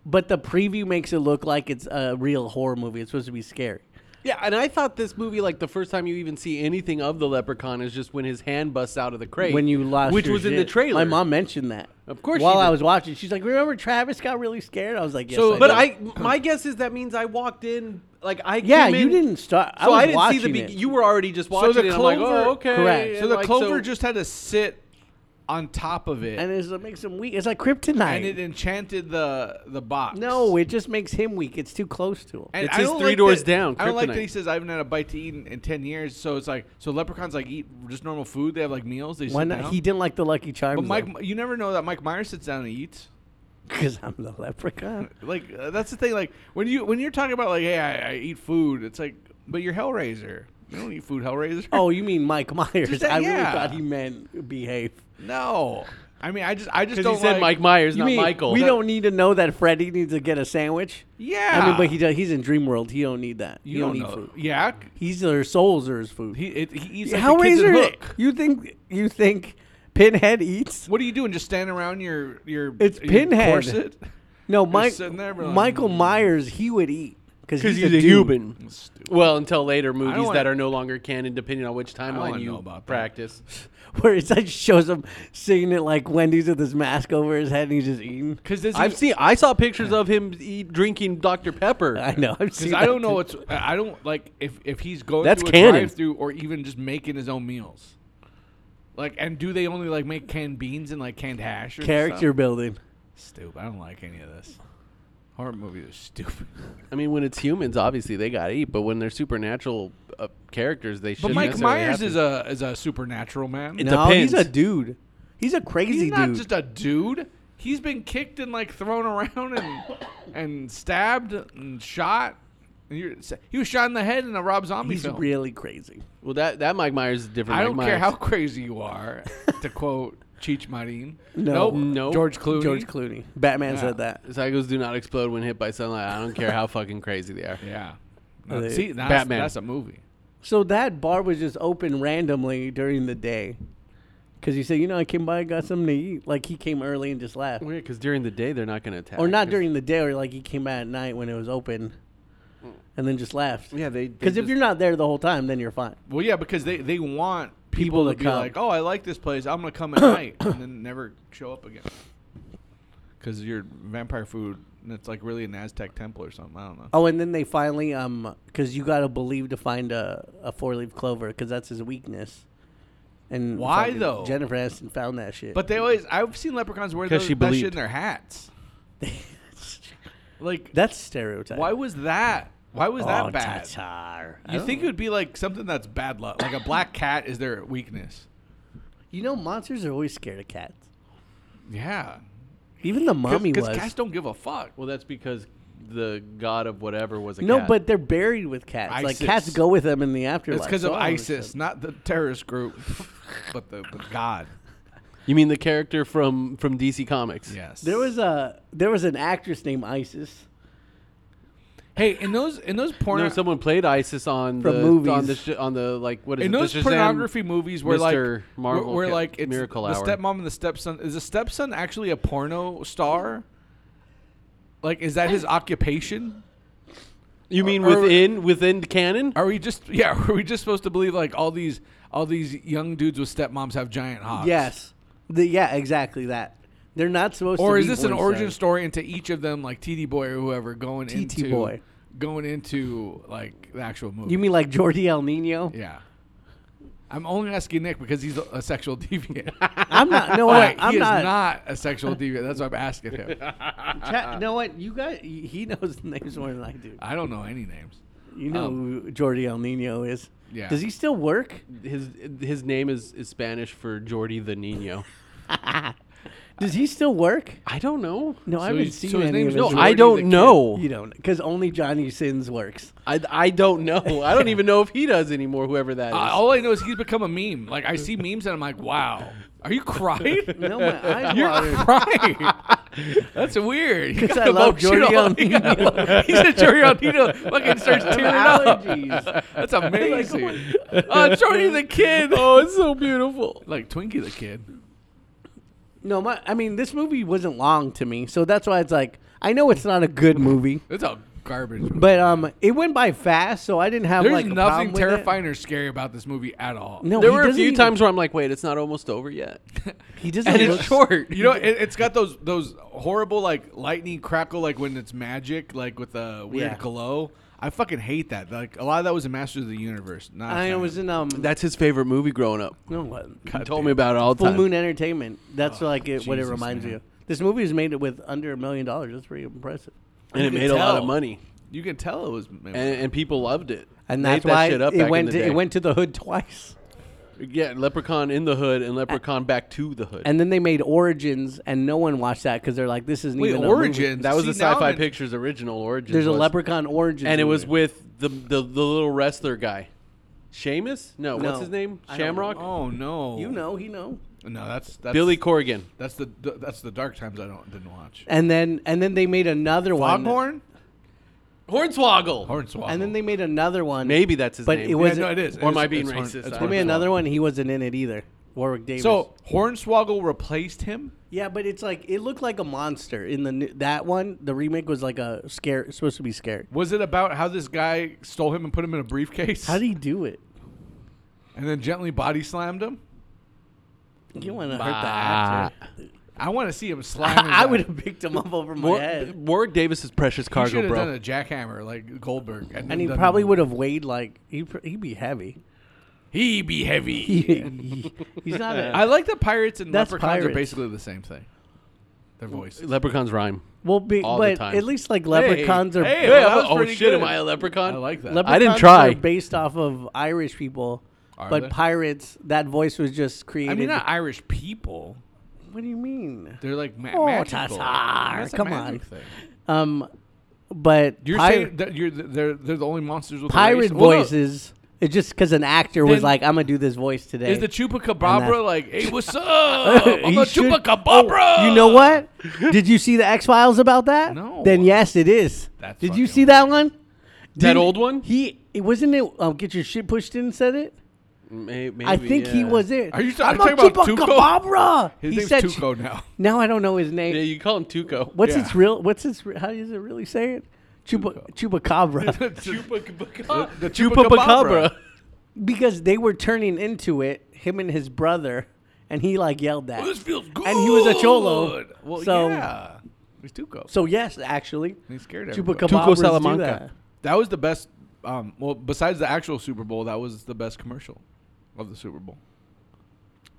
Speaker 3: But the preview makes it look like it's a real horror movie. It's supposed to be scary.
Speaker 2: Yeah, and I thought this movie, like the first time you even see anything of the leprechaun, is just when his hand busts out of the crate.
Speaker 3: When you lost,
Speaker 2: which
Speaker 3: your
Speaker 2: was in the
Speaker 3: shit.
Speaker 2: trailer.
Speaker 3: My mom mentioned that.
Speaker 2: Of course she
Speaker 3: While I
Speaker 2: did.
Speaker 3: was watching, she's like, "Remember, Travis got really scared." I was like, "Yes."
Speaker 2: So,
Speaker 3: I
Speaker 2: but
Speaker 3: did."
Speaker 2: I, my guess is that means I walked in like I.
Speaker 3: yeah,
Speaker 2: came
Speaker 3: you
Speaker 2: in-
Speaker 3: didn't start. I
Speaker 2: So
Speaker 3: was
Speaker 2: I, didn't see
Speaker 3: watching
Speaker 2: the. Be-
Speaker 3: it.
Speaker 2: you were already just watching
Speaker 4: the
Speaker 2: it. and I'm like,
Speaker 4: clover-
Speaker 2: oh, okay.
Speaker 3: Correct.
Speaker 2: and
Speaker 4: So the
Speaker 2: like,
Speaker 4: clover just had to sit on top of it,
Speaker 3: and
Speaker 4: and,
Speaker 3: it's, it makes him weak. It's like kryptonite.
Speaker 4: it enchanted the the box.
Speaker 3: no, it just makes him weak. It's too close to him.
Speaker 4: And
Speaker 2: It's
Speaker 4: I
Speaker 2: his
Speaker 4: don't
Speaker 2: three
Speaker 4: like
Speaker 2: doors
Speaker 4: that-
Speaker 2: down,
Speaker 4: I don't like that
Speaker 2: kryptonite.
Speaker 4: he says I haven't had a bite to eat in, in ten years. So it's like so leprechauns like eat just normal food. They have like meals. They
Speaker 3: Why
Speaker 4: sit
Speaker 3: not?
Speaker 4: down.
Speaker 3: He didn't like the Lucky Charms.
Speaker 4: But Mike, you never know that Mike Myers sits down and eats.
Speaker 3: because I'm the leprechaun.
Speaker 4: Like uh, that's the thing. Like when you when you're talking about like, hey, I, I eat food. It's like, but you're Hellraiser. You don't eat food, Hellraiser.
Speaker 3: Oh, you mean Mike Myers?
Speaker 4: that-
Speaker 3: I really
Speaker 4: yeah.
Speaker 3: thought he meant behave.
Speaker 4: no. I mean, I just I just
Speaker 2: because
Speaker 4: don't
Speaker 2: he said
Speaker 4: like,
Speaker 2: Mike Myers,
Speaker 3: you
Speaker 2: not
Speaker 3: mean
Speaker 2: Michael.
Speaker 3: we don't need to know that Freddy needs to get a sandwich?
Speaker 4: Yeah.
Speaker 3: I mean, but he does, he's in Dream World. He don't need that.
Speaker 4: You
Speaker 3: he
Speaker 4: don't,
Speaker 3: need
Speaker 4: know.
Speaker 3: food.
Speaker 4: Yeah.
Speaker 3: He's their souls or his food.
Speaker 4: He it, he eats like the kids at
Speaker 3: Hellraiser.
Speaker 4: Hook.
Speaker 3: You think you think Pinhead eats?
Speaker 4: What are you doing? Just standing around your your
Speaker 3: It's
Speaker 4: your
Speaker 3: Pinhead.
Speaker 4: corset?
Speaker 3: No, Mike,
Speaker 4: sitting there, but like,
Speaker 3: Michael
Speaker 4: mm.
Speaker 3: Myers. He would eat because
Speaker 2: because
Speaker 3: he's,
Speaker 2: he's, a
Speaker 3: dude.
Speaker 2: human.
Speaker 4: That's stupid.
Speaker 2: Well, until later movies
Speaker 4: wanna-
Speaker 2: that are no longer canon, depending on which timeline
Speaker 4: wanna
Speaker 2: you
Speaker 4: know about that.
Speaker 2: practice.
Speaker 3: Where it's like shows him singing it like Wendy's with his mask over his head and he's just eating.
Speaker 4: Because this
Speaker 2: I've seen. I saw pictures of him eat, drinking Dr Pepper.
Speaker 3: I know. I've seen
Speaker 4: Because I
Speaker 3: that
Speaker 4: don't know
Speaker 3: too.
Speaker 4: what's I I don't like if if he's going
Speaker 2: That's
Speaker 4: through a
Speaker 2: canon.
Speaker 4: drive through or even just making his own meals. Like and do they only like make canned beans and like canned hash or
Speaker 3: character
Speaker 4: stuff?
Speaker 3: building.
Speaker 4: Stupid. I don't like any of this. Horror movies are stupid.
Speaker 2: I mean, when it's humans, obviously they gotta eat, but when they're supernatural uh, characters, they should.
Speaker 4: But Mike Myers is a is a supernatural man.
Speaker 2: It
Speaker 3: no, he's a
Speaker 2: depends.
Speaker 3: dude. He's a crazy
Speaker 4: he's not
Speaker 3: dude.
Speaker 4: just a dude. He's been kicked and like thrown around and and stabbed and shot. And you're, he was shot in the head in a Rob Zombie
Speaker 3: he's
Speaker 4: film.
Speaker 3: really crazy.
Speaker 2: well. That that Mike Myers is different.
Speaker 4: I
Speaker 2: Mike
Speaker 4: don't care
Speaker 2: Myers.
Speaker 4: how crazy you are. to quote Cheech Marin.
Speaker 3: No.
Speaker 4: Nope.
Speaker 2: Mm, Nope.
Speaker 4: George Clooney.
Speaker 3: George Clooney. Batman
Speaker 4: Yeah.
Speaker 3: said that.
Speaker 2: Psychos do not explode when hit by sunlight. I don't care how fucking crazy they are.
Speaker 4: Yeah.
Speaker 3: Are they-
Speaker 4: See, that's,
Speaker 2: Batman.
Speaker 4: That's a movie.
Speaker 3: So that bar was just open randomly during the day. Because you said, you know, I came by, got something to eat. Like he came early and just left.
Speaker 2: Weird, because during the day they're not going to attack.
Speaker 3: Or not
Speaker 2: 'cause-
Speaker 3: during the day, or like he came by at night when it was open and then just left.
Speaker 2: Yeah, they. they
Speaker 3: Because if
Speaker 2: just-
Speaker 3: you're not there the whole time, then you're fine.
Speaker 4: Well, yeah, because they, they want
Speaker 3: People
Speaker 4: people,
Speaker 3: to
Speaker 4: to, be
Speaker 3: come.
Speaker 4: like, oh, I like this place. I'm gonna come at night and then never show up again. Because your vampire food, and it's like really an Aztec temple or something. I don't know.
Speaker 3: Oh, and then they finally, um, because you gotta believe to find a, a four leaf clover, because that's his weakness. And
Speaker 4: Why,
Speaker 3: fucking
Speaker 4: though?
Speaker 3: Jennifer Aniston found that shit.
Speaker 4: But they always, I've seen leprechauns wear
Speaker 2: 'Cause
Speaker 4: those,
Speaker 2: she
Speaker 4: that shit
Speaker 2: believed.
Speaker 4: in their hats. Like,
Speaker 3: that's stereotype.
Speaker 4: why was that? Why was
Speaker 3: Oh,
Speaker 4: that bad?
Speaker 3: Tatar. Oh. I
Speaker 4: You
Speaker 3: don't
Speaker 4: think it would be like something that's bad luck, like a black cat is their weakness.
Speaker 3: You know, monsters are always scared of cats.
Speaker 4: Yeah,
Speaker 3: Even the mummy
Speaker 4: because
Speaker 3: was.
Speaker 4: cats don't give a fuck.
Speaker 2: Well, that's because the god of whatever was a
Speaker 3: no,
Speaker 2: cat.
Speaker 3: but they're buried with cats. Like
Speaker 4: ISIS.
Speaker 3: cats go with them in the afterlife.
Speaker 4: It's because
Speaker 3: so
Speaker 4: of
Speaker 3: I don't
Speaker 4: ISIS,
Speaker 3: understand.
Speaker 4: not the terrorist group, but the but God.
Speaker 2: you mean the character from from DC Comics?
Speaker 4: Yes.
Speaker 3: There was a there was an actress named Isis.
Speaker 4: hey in those in those porn
Speaker 2: No, someone played ISIS on
Speaker 3: From
Speaker 2: the
Speaker 3: movies.
Speaker 2: on the sh- on the like what is
Speaker 4: in
Speaker 2: it? the
Speaker 4: those
Speaker 2: Shazam-
Speaker 4: pornography movies where like
Speaker 2: Mr. Marvel
Speaker 4: where, where,
Speaker 2: ca-
Speaker 4: like it's
Speaker 2: Miracle
Speaker 4: the
Speaker 2: Hour.
Speaker 4: stepmom and the stepson is the stepson actually a porno star? Like is that his occupation?
Speaker 2: You mean
Speaker 4: or-
Speaker 2: within within canon?
Speaker 4: Are we just yeah? Are we just supposed to believe like all these all these young dudes with stepmoms have giant hocks?
Speaker 3: Yes. The, yeah, exactly that. They're not supposed to.
Speaker 4: Or is
Speaker 3: be
Speaker 4: this an
Speaker 3: porn
Speaker 4: origin
Speaker 3: stars.
Speaker 4: story into each of them, like TD Boy or whoever, going
Speaker 3: TT
Speaker 4: into
Speaker 3: Boy.
Speaker 4: going into like the actual movie?
Speaker 3: You mean like Jordi El Nino?
Speaker 4: yeah? I'm only asking Nick because he's a, a sexual deviant.
Speaker 3: I'm not. No,
Speaker 4: Wait,
Speaker 3: I, Oh, I'm
Speaker 4: he
Speaker 3: not.
Speaker 4: is not a sexual deviant. That's why I'm asking him.
Speaker 3: Chat, no, what you guys? He knows the names more than I do.
Speaker 4: I don't know any names.
Speaker 3: You know
Speaker 4: Um,
Speaker 3: who Jordi El Nino is.
Speaker 4: Yeah.
Speaker 3: Does he still work?
Speaker 2: His his name is, is Spanish for Jordi the Nino.
Speaker 3: Does he still work?
Speaker 2: I don't know.
Speaker 3: No, I
Speaker 4: So
Speaker 3: haven't
Speaker 4: he's-
Speaker 3: seen
Speaker 4: so his
Speaker 3: any
Speaker 4: name's
Speaker 3: of his.
Speaker 2: No,
Speaker 4: Jordi
Speaker 2: I
Speaker 4: the
Speaker 2: don't
Speaker 4: Kid.
Speaker 2: know.
Speaker 3: You don't, because only Johnny Sins works.
Speaker 2: I, I don't know. I don't even know if he does anymore. Whoever that is.
Speaker 4: Uh, all I know is he's become a meme. Like I see memes and I'm like, wow, are you crying?
Speaker 3: No, my eyes
Speaker 4: You're
Speaker 3: watered.
Speaker 4: crying. That's weird. He
Speaker 3: 'Cause
Speaker 4: got
Speaker 3: I love
Speaker 4: emotional.
Speaker 3: Jordi
Speaker 4: He got
Speaker 3: Almeida.
Speaker 4: emo- He said Jordi Aldino fucking starts
Speaker 3: I
Speaker 4: tearing
Speaker 3: have
Speaker 4: up.
Speaker 3: allergies.
Speaker 4: That's amazing. uh, Jordy the kid.
Speaker 2: oh, it's so beautiful.
Speaker 4: Like Twinkie the kid.
Speaker 3: No, my, I mean this movie wasn't long to me, so that's why it's like I know it's not a good movie,
Speaker 4: It's all garbage.
Speaker 3: but um, it went by fast, so I didn't have
Speaker 4: there's
Speaker 3: like a problem
Speaker 4: nothing
Speaker 3: with it.
Speaker 4: terrifying or scary about this movie at all.
Speaker 3: No,
Speaker 2: there
Speaker 3: he
Speaker 2: were a
Speaker 3: doesn't
Speaker 2: few
Speaker 3: even-
Speaker 2: times where I'm like, wait, it's not almost over yet.
Speaker 3: He doesn't.
Speaker 2: And
Speaker 3: look-
Speaker 2: it's short.
Speaker 4: You know, it, it's got those those horrible like lightning crackle like when it's magic like with the weird
Speaker 3: Yeah.
Speaker 4: glow. I fucking hate that. Like a lot of that was in Masters of the Universe. Not a
Speaker 3: I
Speaker 4: fan.
Speaker 3: was in um.
Speaker 2: That's his favorite movie growing up.
Speaker 3: no what?
Speaker 2: He told me about it all the
Speaker 3: Full
Speaker 2: time.
Speaker 3: Moon Entertainment.
Speaker 2: Oh,
Speaker 3: That's like it, what it
Speaker 4: Jesus,
Speaker 3: reminds
Speaker 4: man.
Speaker 3: you. of. This movie was made with under a million dollars. That's pretty impressive.
Speaker 2: and it
Speaker 4: You
Speaker 2: made
Speaker 4: can
Speaker 2: a lot
Speaker 4: tell.
Speaker 2: of money,
Speaker 4: You can tell it was.
Speaker 2: and, and people loved it.
Speaker 3: And
Speaker 2: They ate
Speaker 3: that's
Speaker 2: that
Speaker 3: why
Speaker 2: shit up back
Speaker 3: it
Speaker 2: in
Speaker 3: went
Speaker 2: the
Speaker 3: to,
Speaker 2: day.
Speaker 3: it went to the hood twice.
Speaker 2: yeah, Leprechaun in the hood and Leprechaun back to the hood.
Speaker 3: And then they made Origins, and no one watched that because they're like, this isn't
Speaker 4: Wait,
Speaker 3: even a movie.
Speaker 4: Origins.
Speaker 2: that was
Speaker 4: See,
Speaker 2: the
Speaker 4: now
Speaker 2: Sci-Fi
Speaker 4: I'm in-
Speaker 2: Pictures original origin.
Speaker 3: There's a Leprechaun Origins,
Speaker 2: and it was
Speaker 3: movie.
Speaker 2: with the the, the little wrestler guy, Seamus. No,
Speaker 3: No.
Speaker 2: what's his name?
Speaker 3: I don't Oh,
Speaker 2: Shamrock.
Speaker 4: Oh no!
Speaker 3: you know, he know.
Speaker 4: No, that's, that's
Speaker 2: Billy Corrigan.
Speaker 4: That's the that's the dark times I don't didn't watch.
Speaker 3: And then and then they made another one.
Speaker 4: Foghorn.
Speaker 2: Hornswoggle.
Speaker 4: Hornswoggle.
Speaker 3: And then they made another one.
Speaker 2: Maybe that's his
Speaker 3: But
Speaker 2: name.
Speaker 3: it
Speaker 4: Yeah,
Speaker 3: was-
Speaker 4: no, it is.
Speaker 2: or am
Speaker 4: It's-
Speaker 2: I being
Speaker 4: it's Horn-
Speaker 2: racist?
Speaker 4: it's
Speaker 2: I don't
Speaker 3: They made
Speaker 4: Hornswoggle.
Speaker 3: another one. He wasn't in it either. Warwick Davis.
Speaker 4: So Hornswoggle replaced him.
Speaker 3: yeah, but it's like it looked like a monster in the new- that one. The remake was like a scare, supposed to be scary.
Speaker 4: Was it about how this guy stole him and put him in a briefcase?
Speaker 3: How do you do it?
Speaker 4: and then gently body slammed him?
Speaker 3: You don't want to hurt the actor.
Speaker 4: I want to see him slam. his
Speaker 3: I would
Speaker 4: ass.
Speaker 3: have picked him up over my
Speaker 2: War-
Speaker 3: head,
Speaker 2: Warwick Davis is precious
Speaker 4: He should
Speaker 2: cargo,
Speaker 4: have
Speaker 2: bro.
Speaker 4: done a jackhammer like Goldberg, and,
Speaker 3: and he probably would have weighed like he pr- he'd be heavy.
Speaker 4: He be heavy.
Speaker 3: He's not. A,
Speaker 4: I like that pirates and
Speaker 3: That's
Speaker 4: leprechauns are
Speaker 3: pirates.
Speaker 4: basically the same thing. Their voices.
Speaker 2: Leprechauns rhyme.
Speaker 3: well, be,
Speaker 2: All the
Speaker 3: but
Speaker 2: time.
Speaker 3: at least like leprechauns are.
Speaker 4: hey,
Speaker 2: Hey,
Speaker 4: well, that
Speaker 2: I-
Speaker 4: was
Speaker 2: oh
Speaker 4: pretty
Speaker 2: shit,
Speaker 4: good.
Speaker 2: am I a leprechaun?
Speaker 4: I like that.
Speaker 3: leprechauns
Speaker 2: I didn't
Speaker 3: Are
Speaker 2: try.
Speaker 3: based off of Irish people,
Speaker 4: Are
Speaker 3: but
Speaker 4: they?
Speaker 3: pirates. That voice was just created.
Speaker 4: I mean, not Irish people.
Speaker 3: what do you mean?
Speaker 4: They're like ma-
Speaker 3: Oh,
Speaker 4: magical.
Speaker 3: Tatar,
Speaker 4: That's a
Speaker 3: come
Speaker 4: magic
Speaker 3: on.
Speaker 4: thing.
Speaker 3: Um, but
Speaker 4: You're
Speaker 3: pir-
Speaker 4: saying that you're th- they're they're the only monsters with a
Speaker 3: pirate
Speaker 4: race? Well, no.
Speaker 3: voices It's just because an actor was
Speaker 5: Then-
Speaker 3: like, "I'm gonna do this voice today."
Speaker 5: Is the
Speaker 3: And that-
Speaker 5: chupacabra like, hey, what's up? I'm
Speaker 3: He
Speaker 5: the
Speaker 3: should- Oh,
Speaker 5: chupacabra.
Speaker 3: You know what? Did you see the X Files about that?
Speaker 4: No.
Speaker 3: Then yes, it is.
Speaker 4: That's
Speaker 3: Did you
Speaker 4: fucking
Speaker 3: see that one?
Speaker 2: That
Speaker 3: Didn't-
Speaker 2: old one?
Speaker 3: He it wasn't it. Um, get your shit pushed in. Said it.
Speaker 2: May- maybe,
Speaker 3: I think he
Speaker 2: yeah.
Speaker 3: was it.
Speaker 4: Are you ta-
Speaker 3: I'm
Speaker 4: are you
Speaker 3: a
Speaker 4: talking about Tuco?
Speaker 3: chupacabra.
Speaker 4: His
Speaker 3: he
Speaker 4: name's
Speaker 3: said
Speaker 4: Tuco now.
Speaker 3: Now I don't know his name.
Speaker 2: Yeah, you call him Tuco.
Speaker 3: what's
Speaker 4: yeah.
Speaker 3: its real? What's its? re- How does it really say it? Chupa, chupacabra.
Speaker 2: Chupacabra.
Speaker 4: The
Speaker 2: Chupacabra.
Speaker 3: because they were turning into it. Him and his brother, and he like yelled that.
Speaker 5: This feels good.
Speaker 3: And he was a cholo.
Speaker 4: Well,
Speaker 3: so
Speaker 4: yeah. He's Tuco.
Speaker 3: so yes, actually,
Speaker 4: He scared everybody.
Speaker 3: chupacabras do
Speaker 2: Salamanca.
Speaker 3: that.
Speaker 4: That was the best. Um, well, besides the actual Super Bowl, that was the best commercial of the Super Bowl.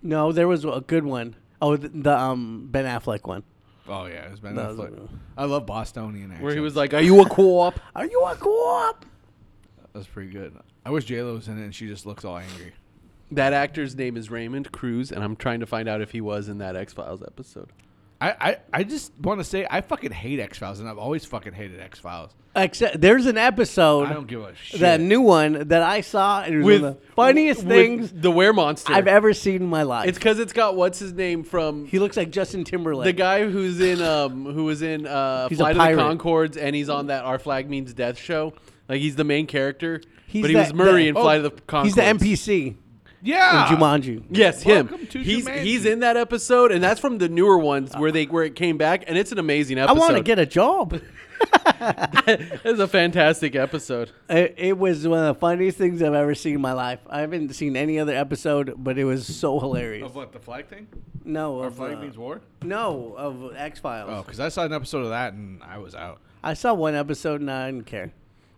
Speaker 3: No, there was a good one. Oh, the, the um Ben Affleck one.
Speaker 4: Oh yeah, it was Ben
Speaker 3: That was-
Speaker 4: Affleck. I love Bostonian. Accents.
Speaker 2: Where he was like, "Are you a co-op?"
Speaker 3: Are you a co-op?
Speaker 4: "That's pretty good." I wish J Lo's in it, and she just looks all angry.
Speaker 2: that actor's name is Raymond Cruz, and I'm trying to find out if he was in that X Files episode.
Speaker 4: I, I, I just want to say I fucking hate X Files, and I've always fucking hated X Files.
Speaker 3: Except there's an
Speaker 4: I don't
Speaker 3: episode
Speaker 4: give a shit.
Speaker 3: that new one that I saw. It was
Speaker 2: With
Speaker 3: one of the funniest
Speaker 2: with
Speaker 3: things
Speaker 2: the Were Monster.
Speaker 3: I've ever seen in my life.
Speaker 2: it's because it's got what's his name from
Speaker 3: he looks like Justin Timberlake.
Speaker 2: the guy who's in um who was in uh
Speaker 3: He's a
Speaker 2: Flight of
Speaker 3: pirate.
Speaker 2: the Concords and he's on that Our Flag Means Death show. Like he's the main character,
Speaker 3: He's
Speaker 2: but he
Speaker 3: the-
Speaker 2: was Murray
Speaker 3: the-
Speaker 2: in
Speaker 3: oh,
Speaker 2: Flight of the Concords.
Speaker 3: He's the NPC
Speaker 4: yeah,
Speaker 3: in Jumanji.
Speaker 2: Yes,
Speaker 4: Welcome
Speaker 2: him.
Speaker 4: to
Speaker 2: he's
Speaker 4: Jumanji.
Speaker 2: he's in that episode, and that's from the newer ones where they where it came back, and it's an amazing
Speaker 3: I
Speaker 2: episode.
Speaker 3: want to get a job.
Speaker 2: It's a fantastic episode.
Speaker 3: It, it was one of the funniest things I've ever seen in my life. I haven't seen any other episode, but it was so hilarious.
Speaker 4: Of what the flag thing?
Speaker 3: No,
Speaker 4: Our
Speaker 3: of,
Speaker 4: flag
Speaker 3: uh,
Speaker 4: means war.
Speaker 3: no, of X Files.
Speaker 4: Oh, because I saw an episode of that and I was out.
Speaker 3: I saw one episode and I didn't care.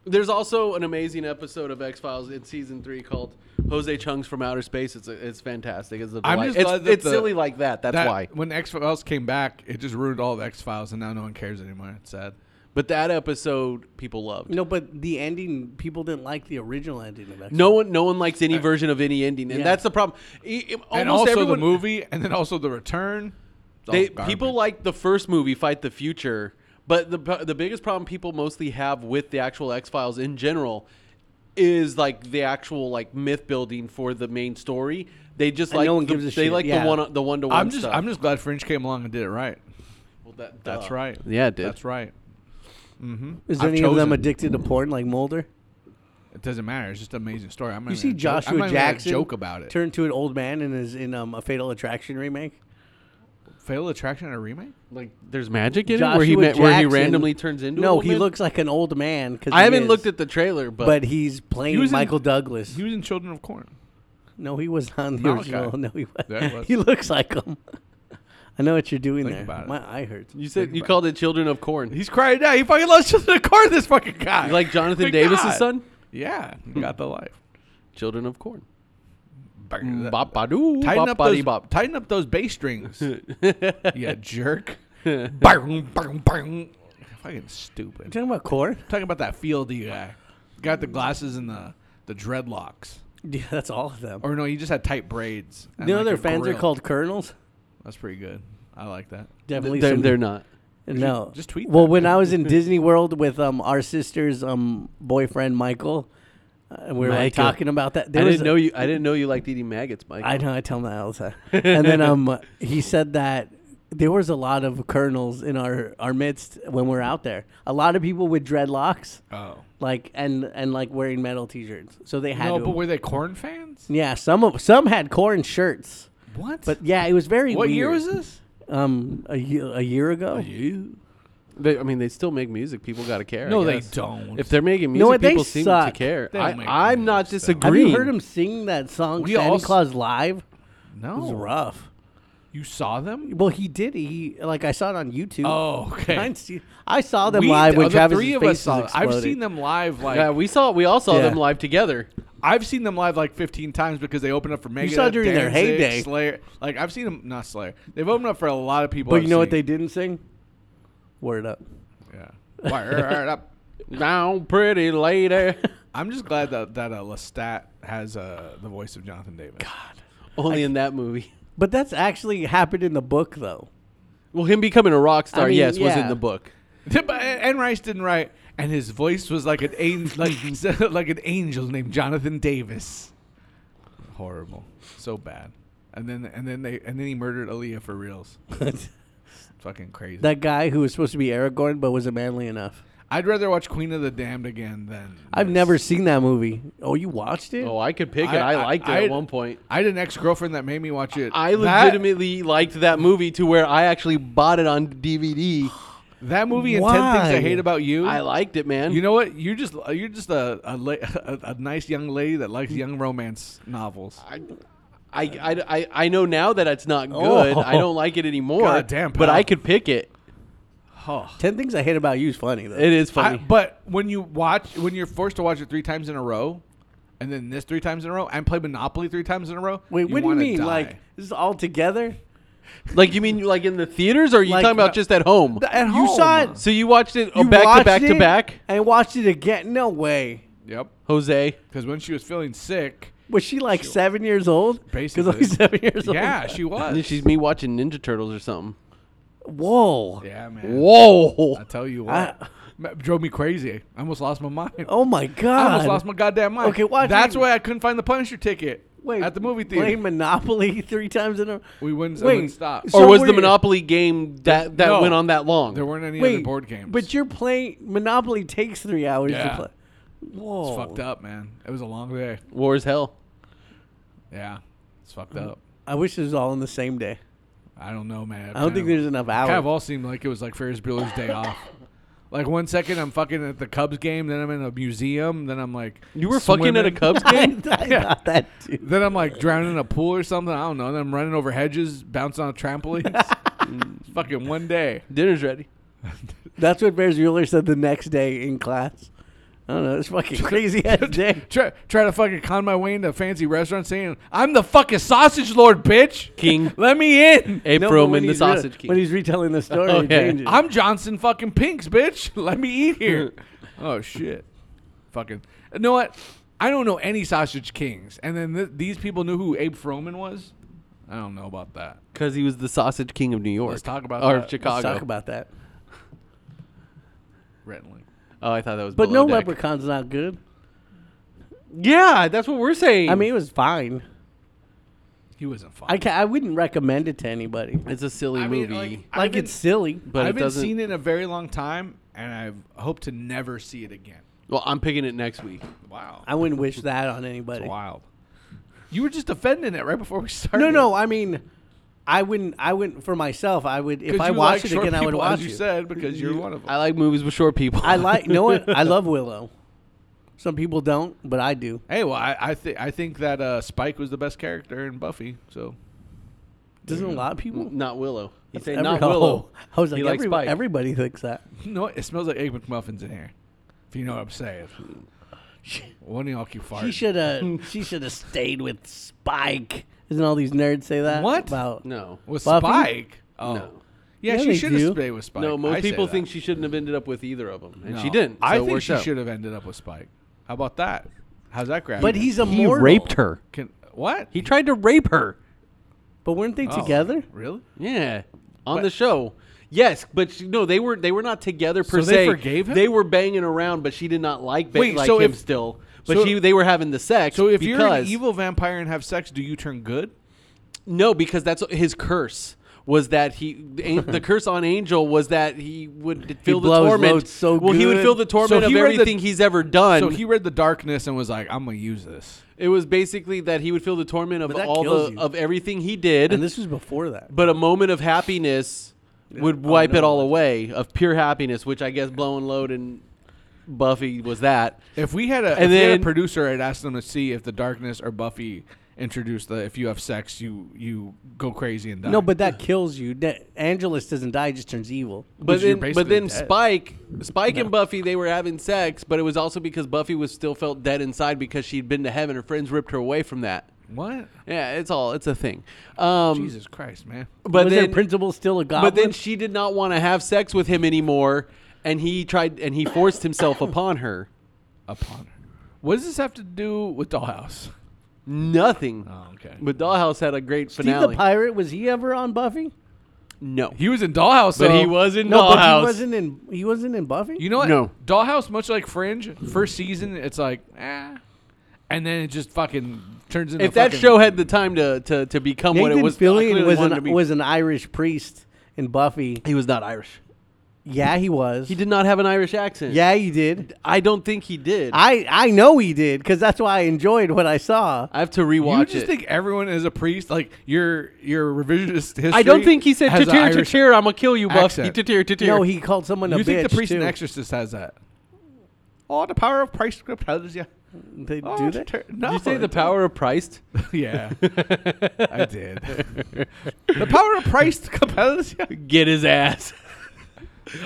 Speaker 2: There's also an amazing episode of X Files in season three called Jose Chung's from Outer Space. It's it's fantastic. It's a
Speaker 4: I'm
Speaker 2: delight.
Speaker 4: just
Speaker 2: it's,
Speaker 4: glad that
Speaker 2: it's
Speaker 4: the-
Speaker 2: silly like that. That's
Speaker 4: that,
Speaker 2: why.
Speaker 4: when X Files came back, it just ruined all the X Files, and now no one cares anymore. It's sad.
Speaker 2: But that episode people loved. No,
Speaker 3: No, but the ending, people didn't like the original ending of X.
Speaker 2: one no one likes any version of any ending, and
Speaker 3: Yeah.
Speaker 2: that's the problem. E- e- Almost
Speaker 4: Uh, and also
Speaker 2: everyone,
Speaker 4: the movie, and then also the return. It's all
Speaker 2: They,
Speaker 4: garbage.
Speaker 2: people like the first movie, Fight the Future, but the pro- the biggest problem people mostly have with the actual X Files in general is like the actual like myth building for the main story. They just
Speaker 3: And
Speaker 2: like
Speaker 3: no one
Speaker 2: the-
Speaker 3: gives a
Speaker 2: they
Speaker 3: shit,
Speaker 2: like
Speaker 3: yeah.
Speaker 2: the one the one to one.
Speaker 4: I'm just I'm just glad Fringe came along and did it right. That's
Speaker 3: Uh,
Speaker 4: right.
Speaker 2: Yeah, it did.
Speaker 4: That's right.
Speaker 3: Is
Speaker 4: I've
Speaker 3: any of them
Speaker 4: chosen.
Speaker 3: addicted to porn like Mulder?
Speaker 4: It doesn't matter. It's just an amazing story. I'm
Speaker 3: You see Joshua
Speaker 4: I'm not even gonna
Speaker 3: Jackson
Speaker 4: joke about it.
Speaker 3: Turn to an old man and is in um, a Fatal Attraction remake.
Speaker 4: Fatal Attraction in a remake?
Speaker 2: Like, there's magic in
Speaker 3: Joshua
Speaker 2: it where he met, where he
Speaker 3: Jackson-
Speaker 2: randomly turns into.
Speaker 3: No,
Speaker 2: a
Speaker 3: he
Speaker 2: woman?
Speaker 3: looks like an old man. Cause
Speaker 2: I
Speaker 3: he
Speaker 2: haven't
Speaker 3: is,
Speaker 2: looked at the trailer, but,
Speaker 3: but he's playing
Speaker 4: He was in-
Speaker 3: Michael Douglas.
Speaker 4: He was in Children of Corn.
Speaker 3: no, he was on the
Speaker 4: Malachi.
Speaker 3: original. No, he was.
Speaker 4: Yeah, he was.
Speaker 3: He looks like him. I know what you're doing
Speaker 4: Think
Speaker 3: there.
Speaker 4: about it.
Speaker 3: My eye hurts.
Speaker 2: you said you called it Children of Corn.
Speaker 4: He's crying out. He fucking loves Children of Corn. This fucking guy.
Speaker 2: You like Jonathan
Speaker 4: My
Speaker 2: Davis'
Speaker 4: God.
Speaker 2: son?
Speaker 4: Yeah, he got the life.
Speaker 2: Children of Corn.
Speaker 4: Bang,
Speaker 3: Mm-hmm.
Speaker 4: that-
Speaker 2: Bop badoo,
Speaker 4: Tighten
Speaker 2: bop
Speaker 4: up, those,
Speaker 2: body bop.
Speaker 4: tighten up those bass strings. yeah, jerk. bang, bang, bang. Fucking stupid.
Speaker 3: Talking about corn?
Speaker 4: Talking about that fieldy guy. Got the glasses and the, the dreadlocks.
Speaker 3: Yeah, that's all of them.
Speaker 4: Or no, he just had tight braids. and
Speaker 3: you know
Speaker 4: like
Speaker 3: their
Speaker 4: a
Speaker 3: fans are
Speaker 4: grill.
Speaker 3: called colonels.
Speaker 4: That's pretty good. I like that.
Speaker 3: Definitely,
Speaker 2: They're,
Speaker 3: some-
Speaker 2: they're not.
Speaker 3: No,
Speaker 4: just tweet
Speaker 3: Well,
Speaker 4: that.
Speaker 3: when I was in Disney World with um our sister's um boyfriend Michael, uh, and we were like,
Speaker 2: Michael.
Speaker 3: talking about that. There
Speaker 2: I
Speaker 3: was
Speaker 2: didn't
Speaker 3: a-
Speaker 2: know you. I didn't know you liked eating maggots, Mike.
Speaker 3: I know. I tell him that all the time. And then um he said that there was a lot of colonels in our our midst when we were out there. A lot of people with dreadlocks,
Speaker 4: Oh.
Speaker 3: like and and like wearing metal T-shirts. So they had
Speaker 4: No,
Speaker 3: to-
Speaker 4: but were they corn fans?
Speaker 3: yeah. Some of some had corn shirts.
Speaker 4: What?
Speaker 3: But yeah, it was very.
Speaker 4: what year
Speaker 3: weird.
Speaker 4: was this?
Speaker 3: Um, a year, a year ago.
Speaker 4: You.
Speaker 2: They, I mean, they still make music. People got to care. I
Speaker 4: No, they
Speaker 2: guess.
Speaker 4: don't.
Speaker 2: If they're making music,
Speaker 3: No, they
Speaker 2: people seem
Speaker 3: suck.
Speaker 2: to care.
Speaker 4: They don't make
Speaker 2: I, I'm not
Speaker 4: music, though.
Speaker 3: Have
Speaker 2: disagreeing.
Speaker 3: you heard him sing that song
Speaker 4: We
Speaker 3: Santa
Speaker 4: also-
Speaker 3: Claus live? It was
Speaker 4: no,
Speaker 3: rough.
Speaker 4: you saw them?
Speaker 3: Well, he did. He like I saw it on YouTube.
Speaker 4: Oh, okay.
Speaker 3: I, see- I saw them
Speaker 4: We-
Speaker 3: live when
Speaker 4: the
Speaker 3: Travis
Speaker 4: three of
Speaker 3: face
Speaker 4: us saw.
Speaker 3: was
Speaker 4: I've
Speaker 3: exploding.
Speaker 4: seen them live like
Speaker 2: yeah, we saw. We all saw
Speaker 3: Yeah.
Speaker 2: them live together.
Speaker 4: I've seen them live like 15 times because they opened up for Megadeth,
Speaker 3: saw during their
Speaker 4: Danzig,
Speaker 3: heyday.
Speaker 4: Slayer. Like I've seen them, not Slayer. They've opened up for a lot of people.
Speaker 3: But
Speaker 4: I've
Speaker 3: you know what they
Speaker 4: seen.
Speaker 3: didn't sing? Word up.
Speaker 4: Yeah. Wire it up.
Speaker 2: Now, pretty lady.
Speaker 4: I'm just glad that that uh, Lestat has uh, the voice of Jonathan Davis.
Speaker 2: Only in that movie.
Speaker 3: But that's actually happened in the book, though.
Speaker 2: Well, him becoming a rock star,
Speaker 3: mean,
Speaker 2: yes, was
Speaker 3: yeah.
Speaker 2: in the book.
Speaker 4: uh, and Rice didn't write, and his voice was like an angel, like, like an angel named Jonathan Davis. Horrible, so bad. And then and then they and then he murdered Aaliyah for reals. Fucking crazy.
Speaker 3: that guy who was supposed to be Aragorn but wasn't manly enough.
Speaker 4: I'd rather watch Queen of the Damned again than
Speaker 3: I've
Speaker 4: this.
Speaker 3: never seen that movie. Oh, you watched it?
Speaker 2: Oh, I could pick it. I,
Speaker 4: I- I-
Speaker 2: liked it
Speaker 4: I-
Speaker 2: at one point.
Speaker 4: I had an ex girlfriend that made me watch it.
Speaker 2: I
Speaker 4: That-
Speaker 2: legitimately liked that movie to where I actually bought it on DVD.
Speaker 4: that, movie and Ten Things
Speaker 3: Why?
Speaker 4: I Hate About You.
Speaker 2: I liked it, man.
Speaker 4: You know what? You're just you're just a a, la- a a nice young lady that likes young romance novels.
Speaker 2: I, I, I, I- I know now that it's not good. I don't like it anymore.
Speaker 4: God damn,
Speaker 2: but
Speaker 4: pal.
Speaker 2: I could pick it.
Speaker 3: Ten Things I Hate About You is funny though.
Speaker 2: It is
Speaker 4: I,
Speaker 2: funny.
Speaker 4: but when you watch, when you're forced to watch it three times in a row, and then this three times in a row, and play Monopoly three times in a row.
Speaker 3: Wait, what do you
Speaker 4: wanna
Speaker 3: mean?
Speaker 4: die.
Speaker 3: Like this is all together?
Speaker 2: like you mean like in the theaters, or are you
Speaker 3: Like,
Speaker 2: talking about
Speaker 3: uh,
Speaker 2: just at home?
Speaker 4: Th- at
Speaker 3: you
Speaker 4: home?
Speaker 3: saw it-
Speaker 2: so you watched it oh,
Speaker 3: You
Speaker 2: back to
Speaker 3: watched
Speaker 2: back to
Speaker 3: it
Speaker 2: back,
Speaker 3: And watched it again? No way.
Speaker 4: Yep.
Speaker 2: Jose.
Speaker 4: Because when she was feeling sick,
Speaker 3: Was she like seven years old? 'Cause
Speaker 4: Basically.
Speaker 3: only seven years old.
Speaker 4: yeah, she was.
Speaker 2: She's me watching Ninja Turtles or something.
Speaker 3: Whoa.
Speaker 4: yeah, man.
Speaker 2: Whoa!
Speaker 4: I tell you what, Ma- drove me crazy. I almost lost my mind.
Speaker 3: Oh my
Speaker 4: I
Speaker 3: god.
Speaker 4: almost lost my goddamn mind.
Speaker 3: Okay, watching-
Speaker 4: That's why I couldn't find the Punisher ticket. at the movie theater.
Speaker 3: Playing Monopoly three times in a.
Speaker 4: We wouldn't- I wouldn't stop.
Speaker 2: or was
Speaker 3: were
Speaker 2: the
Speaker 3: you-
Speaker 2: Monopoly game that that
Speaker 4: No.
Speaker 2: went on that long?
Speaker 4: There weren't any other
Speaker 3: Wait,
Speaker 4: board games.
Speaker 3: but you're playing Monopoly takes three hours
Speaker 4: Yeah.
Speaker 3: to play. Whoa,
Speaker 4: it's fucked up, man. It was a long day.
Speaker 2: War is hell.
Speaker 4: Yeah, it's fucked up.
Speaker 3: I wish it was all on the same day.
Speaker 4: I don't know, man.
Speaker 3: I don't think there's enough hours.
Speaker 4: Kind of all seemed like it was like Ferris Bueller's Day Off. Like one second I'm fucking at the Cubs game, then I'm in a museum, then I'm like
Speaker 2: You were fucking at a
Speaker 4: swimming.
Speaker 2: Cubs
Speaker 3: I,
Speaker 2: game.
Speaker 3: I thought that too.
Speaker 4: Then I'm like drowning in a pool or something. I don't know. Then I'm running over hedges, bouncing on trampolines. fucking one day.
Speaker 2: Dinner's ready.
Speaker 3: That's what Bears Bueller said the next day in class. I don't know. It's fucking crazy ass day.
Speaker 4: Try, try to fucking con my way into a fancy restaurant saying, I'm the fucking sausage lord, bitch.
Speaker 2: King
Speaker 4: Let me
Speaker 3: No,
Speaker 4: in.
Speaker 2: April
Speaker 3: but
Speaker 2: and
Speaker 3: when
Speaker 2: the
Speaker 3: he's re-
Speaker 2: Sausage
Speaker 3: When
Speaker 2: King.
Speaker 3: he's retelling the story,
Speaker 2: Oh,
Speaker 3: it
Speaker 2: yeah.
Speaker 3: changes.
Speaker 4: I'm Johnson fucking Pinks, bitch. Let me eat here. oh shit. Fucking. You know what? I don't know any sausage kings. And then th- these people knew who Abe Froman was. I don't know about that.
Speaker 2: because he was the Sausage King of New York.
Speaker 4: Let's talk about
Speaker 2: or
Speaker 4: that.
Speaker 2: Chicago.
Speaker 3: Let's talk about that.
Speaker 4: Rentley.
Speaker 2: oh, I thought that was.
Speaker 3: But
Speaker 2: below
Speaker 3: no,
Speaker 2: deck.
Speaker 3: Leprechaun's not good.
Speaker 2: Yeah, that's what we're saying.
Speaker 3: I mean, it was fine.
Speaker 4: He wasn't fun.
Speaker 3: I ca I wouldn't recommend it to anybody.
Speaker 2: it's a silly
Speaker 4: I mean,
Speaker 2: movie,
Speaker 4: like, I
Speaker 3: Like
Speaker 4: haven't-
Speaker 3: it's silly.
Speaker 2: but
Speaker 4: I
Speaker 2: it
Speaker 4: haven't
Speaker 2: doesn't.
Speaker 4: seen it in a very long time, and I hope to never see it again.
Speaker 2: well, I'm picking it next week.
Speaker 4: Wow.
Speaker 3: I wouldn't wish that on anybody.
Speaker 4: Wild. You were just defending it right before we started.
Speaker 3: No, no. I mean, I wouldn't. I wouldn't for myself. I would if
Speaker 4: 'Cause
Speaker 3: I
Speaker 4: you
Speaker 3: watched
Speaker 4: like
Speaker 3: it
Speaker 4: short
Speaker 3: again. I would
Speaker 4: people,
Speaker 3: watch
Speaker 4: as you
Speaker 3: it.
Speaker 4: said because you're one of them.
Speaker 2: I like movies with short people.
Speaker 3: I like. No one. I love Willow. Some people don't, but I do.
Speaker 4: hey, well, I, I think I think that uh, Spike was the best character in Buffy. So
Speaker 3: Doesn't
Speaker 4: Mm-hmm.
Speaker 3: a lot of people?
Speaker 2: not Willow. He said
Speaker 3: Every-
Speaker 2: not Willow.
Speaker 3: oh, I was like,
Speaker 2: He likes
Speaker 3: every-
Speaker 2: Spike.
Speaker 3: everybody thinks that.
Speaker 4: You know what? It smells like egg McMuffins in here. If you know what I'm saying. One of y'all keep farting.
Speaker 3: She should have. she should have stayed with Spike. Isn't all these nerds say that?
Speaker 4: What?
Speaker 3: about?
Speaker 2: No,
Speaker 4: With
Speaker 3: Buffy?
Speaker 4: Spike? Oh.
Speaker 2: No.
Speaker 4: Yeah,
Speaker 3: Yeah,
Speaker 4: she
Speaker 3: they
Speaker 4: should have
Speaker 3: do.
Speaker 4: stayed with Spike.
Speaker 2: no. Most
Speaker 4: I say
Speaker 2: people
Speaker 4: that.
Speaker 2: think she shouldn't have ended up with either of them, and
Speaker 4: No.
Speaker 2: she didn't. so
Speaker 4: I
Speaker 2: it
Speaker 4: think
Speaker 2: worked
Speaker 4: she
Speaker 2: out.
Speaker 4: should have ended up with Spike. How about that? How's that grab?
Speaker 3: But
Speaker 4: you?
Speaker 3: he's a mortal.
Speaker 2: her.
Speaker 4: Can, what?
Speaker 2: He tried to rape her.
Speaker 3: But weren't they
Speaker 4: Oh,
Speaker 3: together?
Speaker 4: Really?
Speaker 2: Yeah, on
Speaker 4: But-
Speaker 2: the show. Yes, but she, no, they were they were not together per
Speaker 4: So they
Speaker 2: se.
Speaker 4: forgave him?
Speaker 2: They were banging around, but she did not like ba-
Speaker 4: Wait,
Speaker 2: like
Speaker 4: so
Speaker 2: him
Speaker 4: if-
Speaker 2: still. But
Speaker 4: so-
Speaker 2: she they were having the sex.
Speaker 4: So if
Speaker 2: because,
Speaker 4: you're an evil vampire and have sex, do you turn good?
Speaker 2: no, because that's his curse. Was that he? an- The curse on Angel was that he would feel the
Speaker 3: blows
Speaker 2: torment.
Speaker 3: loads so
Speaker 2: well, he would
Speaker 3: good.
Speaker 2: feel the torment
Speaker 4: So
Speaker 2: of
Speaker 4: he read the-
Speaker 2: everything he's ever done.
Speaker 4: So he read the darkness and was like, "I'm gonna use this."
Speaker 2: It was basically that he would feel the torment of
Speaker 3: that
Speaker 2: all
Speaker 3: kills
Speaker 2: the
Speaker 3: you.
Speaker 2: of everything he did,
Speaker 3: And this was before that.
Speaker 2: but a moment of happiness would wipe it all away of pure happiness, which I guess blow and load and Buffy was that.
Speaker 4: If we had a,
Speaker 2: And
Speaker 4: if we had
Speaker 2: then-
Speaker 4: a producer, I'd ask them to see if the darkness or Buffy introduced the if you have sex, you you go crazy and die.
Speaker 3: No, but that kills you. That Angelus doesn't die; he just turns evil.
Speaker 2: But
Speaker 4: Which you're
Speaker 2: then, but
Speaker 4: basically
Speaker 2: then
Speaker 4: dead.
Speaker 2: Spike, Spike and Buffy, they were having sex, but it was also because Buffy was still felt dead inside because she'd been to heaven. Her friends ripped her away from that.
Speaker 4: what?
Speaker 2: Yeah, it's all it's a thing. Um,
Speaker 4: Jesus Christ, man!
Speaker 2: But
Speaker 3: was
Speaker 2: then,
Speaker 3: their principal still a goblin?
Speaker 2: but then she did not want to have sex with him anymore, and he tried and he forced himself upon her.
Speaker 4: Upon her. What does this have to do with Dollhouse?
Speaker 2: Nothing.
Speaker 4: Oh, okay.
Speaker 2: But Dollhouse had a great
Speaker 3: Steve
Speaker 2: finale.
Speaker 3: the pirate was he ever on Buffy?
Speaker 2: No,
Speaker 4: He was in Dollhouse,
Speaker 2: but
Speaker 4: though.
Speaker 2: he was in
Speaker 3: No, but
Speaker 2: Dollhouse.
Speaker 3: he wasn't in. He wasn't in Buffy.
Speaker 4: You know what?
Speaker 2: No.
Speaker 4: Dollhouse, much like Fringe, first season, it's like, eh. And then it just fucking turns into
Speaker 2: if that
Speaker 4: fucking-
Speaker 2: show had the time to to, to become what
Speaker 3: Nathan
Speaker 2: it was, I
Speaker 3: Fillion
Speaker 2: clearly
Speaker 3: was
Speaker 2: wanted
Speaker 3: an
Speaker 2: to be-
Speaker 3: was an Irish priest in Buffy.
Speaker 2: he was not Irish.
Speaker 3: Yeah, he was.
Speaker 2: He did not have an Irish accent.
Speaker 3: Yeah, he did.
Speaker 2: I don't think he did. I,
Speaker 3: I I know he did because that's why I enjoyed what I saw.
Speaker 2: have to
Speaker 4: You
Speaker 2: rewatch
Speaker 4: just
Speaker 2: it.
Speaker 4: think everyone is a priest? Like, your your revisionist history.
Speaker 2: I don't think he said
Speaker 4: has a
Speaker 2: "Tatir,
Speaker 4: Irish-
Speaker 2: tatir, I'm gonna kill you, Buffy."
Speaker 4: accent.
Speaker 2: Tatir, tatir.
Speaker 3: No, he called someone a
Speaker 4: You
Speaker 3: bitch.
Speaker 4: think the priest
Speaker 3: too.
Speaker 4: and exorcist has that? Oh, the power of Christ compels you.
Speaker 3: They
Speaker 4: Oh,
Speaker 3: do
Speaker 4: it's
Speaker 3: that?
Speaker 4: ter-
Speaker 2: Did
Speaker 4: no,
Speaker 2: you say the
Speaker 4: it-
Speaker 2: power of Christ?
Speaker 4: Yeah, I did. the power of Christ compels you.
Speaker 2: Get his ass.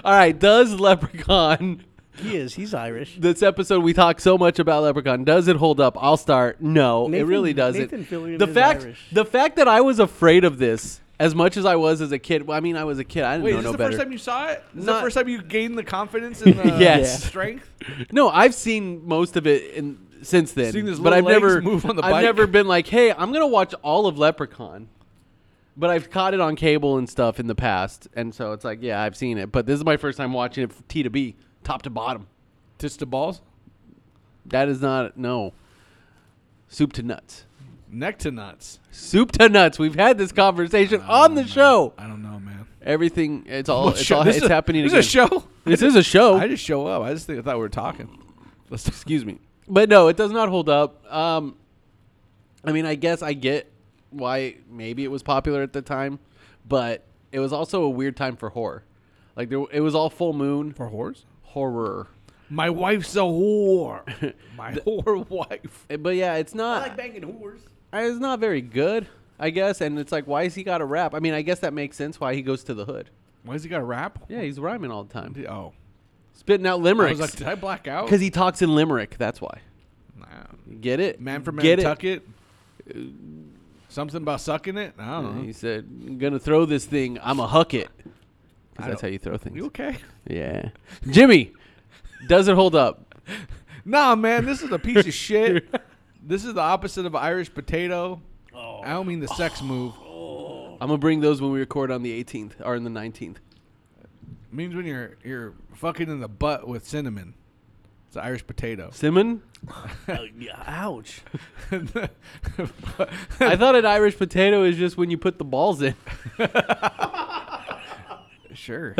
Speaker 2: All right, does Leprechaun?
Speaker 3: He is. He's Irish.
Speaker 2: This episode we talked so much about Leprechaun. Does it hold up? I'll start. No, it
Speaker 3: Nathan-
Speaker 2: really doesn't.
Speaker 3: Nathan Fillion
Speaker 2: the
Speaker 3: is
Speaker 2: fact,
Speaker 3: Irish.
Speaker 2: the fact that I was afraid of this as much as I was as a kid. Well, I mean, I was a kid. I didn't
Speaker 4: Wait,
Speaker 2: know
Speaker 4: is this
Speaker 2: no
Speaker 4: the
Speaker 2: better.
Speaker 4: first time you saw it? Is this
Speaker 2: Not-
Speaker 4: the first time you gained the confidence and the
Speaker 2: Yes.
Speaker 4: strength?
Speaker 2: No, I've seen most of it in, since then,
Speaker 4: Seen his
Speaker 2: but I've
Speaker 4: little legs
Speaker 2: never
Speaker 4: move on the
Speaker 2: I've
Speaker 4: bike.
Speaker 2: never been like, hey, I'm gonna watch all of Leprechaun. But I've caught it on cable and stuff in the past, and so it's like, yeah, I've seen it. But this is my first time watching it from T to B, top to bottom.
Speaker 4: Tits to balls,
Speaker 2: That is not no soup to nuts.
Speaker 4: neck to nuts.
Speaker 2: Soup to nuts. We've had this conversation on the show.
Speaker 4: Um, I don't know, man.
Speaker 2: Everything, it's all,
Speaker 4: What
Speaker 2: it's,
Speaker 4: show?
Speaker 2: all,
Speaker 4: This
Speaker 2: it's
Speaker 4: is a-
Speaker 2: happening
Speaker 4: This
Speaker 2: again.
Speaker 4: is a show.
Speaker 2: This is a show.
Speaker 4: I just show up. I just think, I thought we were talking. Let's
Speaker 2: excuse me but no it does not hold up um i mean i guess i get why maybe it was popular at the time but it was also a weird time for horror like there, it was all full moon
Speaker 4: for whores.
Speaker 2: horror
Speaker 4: My wife's a whore. My whore wife.
Speaker 2: Eh, but yeah it's not
Speaker 3: banging whores.
Speaker 2: it's not very good i guess and it's like why has he got a rap i mean i guess that makes sense why he goes to the hood
Speaker 4: Why does he got a rap?
Speaker 2: yeah he's rhyming all the time
Speaker 4: Oh,
Speaker 2: spitting out
Speaker 4: I was
Speaker 2: limericks
Speaker 4: like,
Speaker 2: because
Speaker 4: did I black out?
Speaker 2: he talks in limerick that's why
Speaker 4: Nah.
Speaker 2: get it
Speaker 4: man from
Speaker 2: get it.
Speaker 4: Nantucket. Something about sucking it. I don't know.
Speaker 2: he said "I'm gonna throw this thing i'm a huck it 'Cause
Speaker 4: I
Speaker 2: that's
Speaker 4: don't-
Speaker 2: how you throw things
Speaker 4: You okay?
Speaker 2: Yeah. Jimmy, does it hold up?
Speaker 4: Nah, man, this is a piece of shit. This is the opposite of Irish potato.
Speaker 2: Oh.
Speaker 4: I don't mean the sex move.
Speaker 2: I'm going to bring those when we record on the 18th or on the 19th.
Speaker 4: It means when you're you're fucking in the butt with cinnamon. It's an Irish potato.
Speaker 2: Simon?
Speaker 3: Oh, Ouch.
Speaker 2: I thought an Irish potato is just when you put the balls in.
Speaker 4: sure.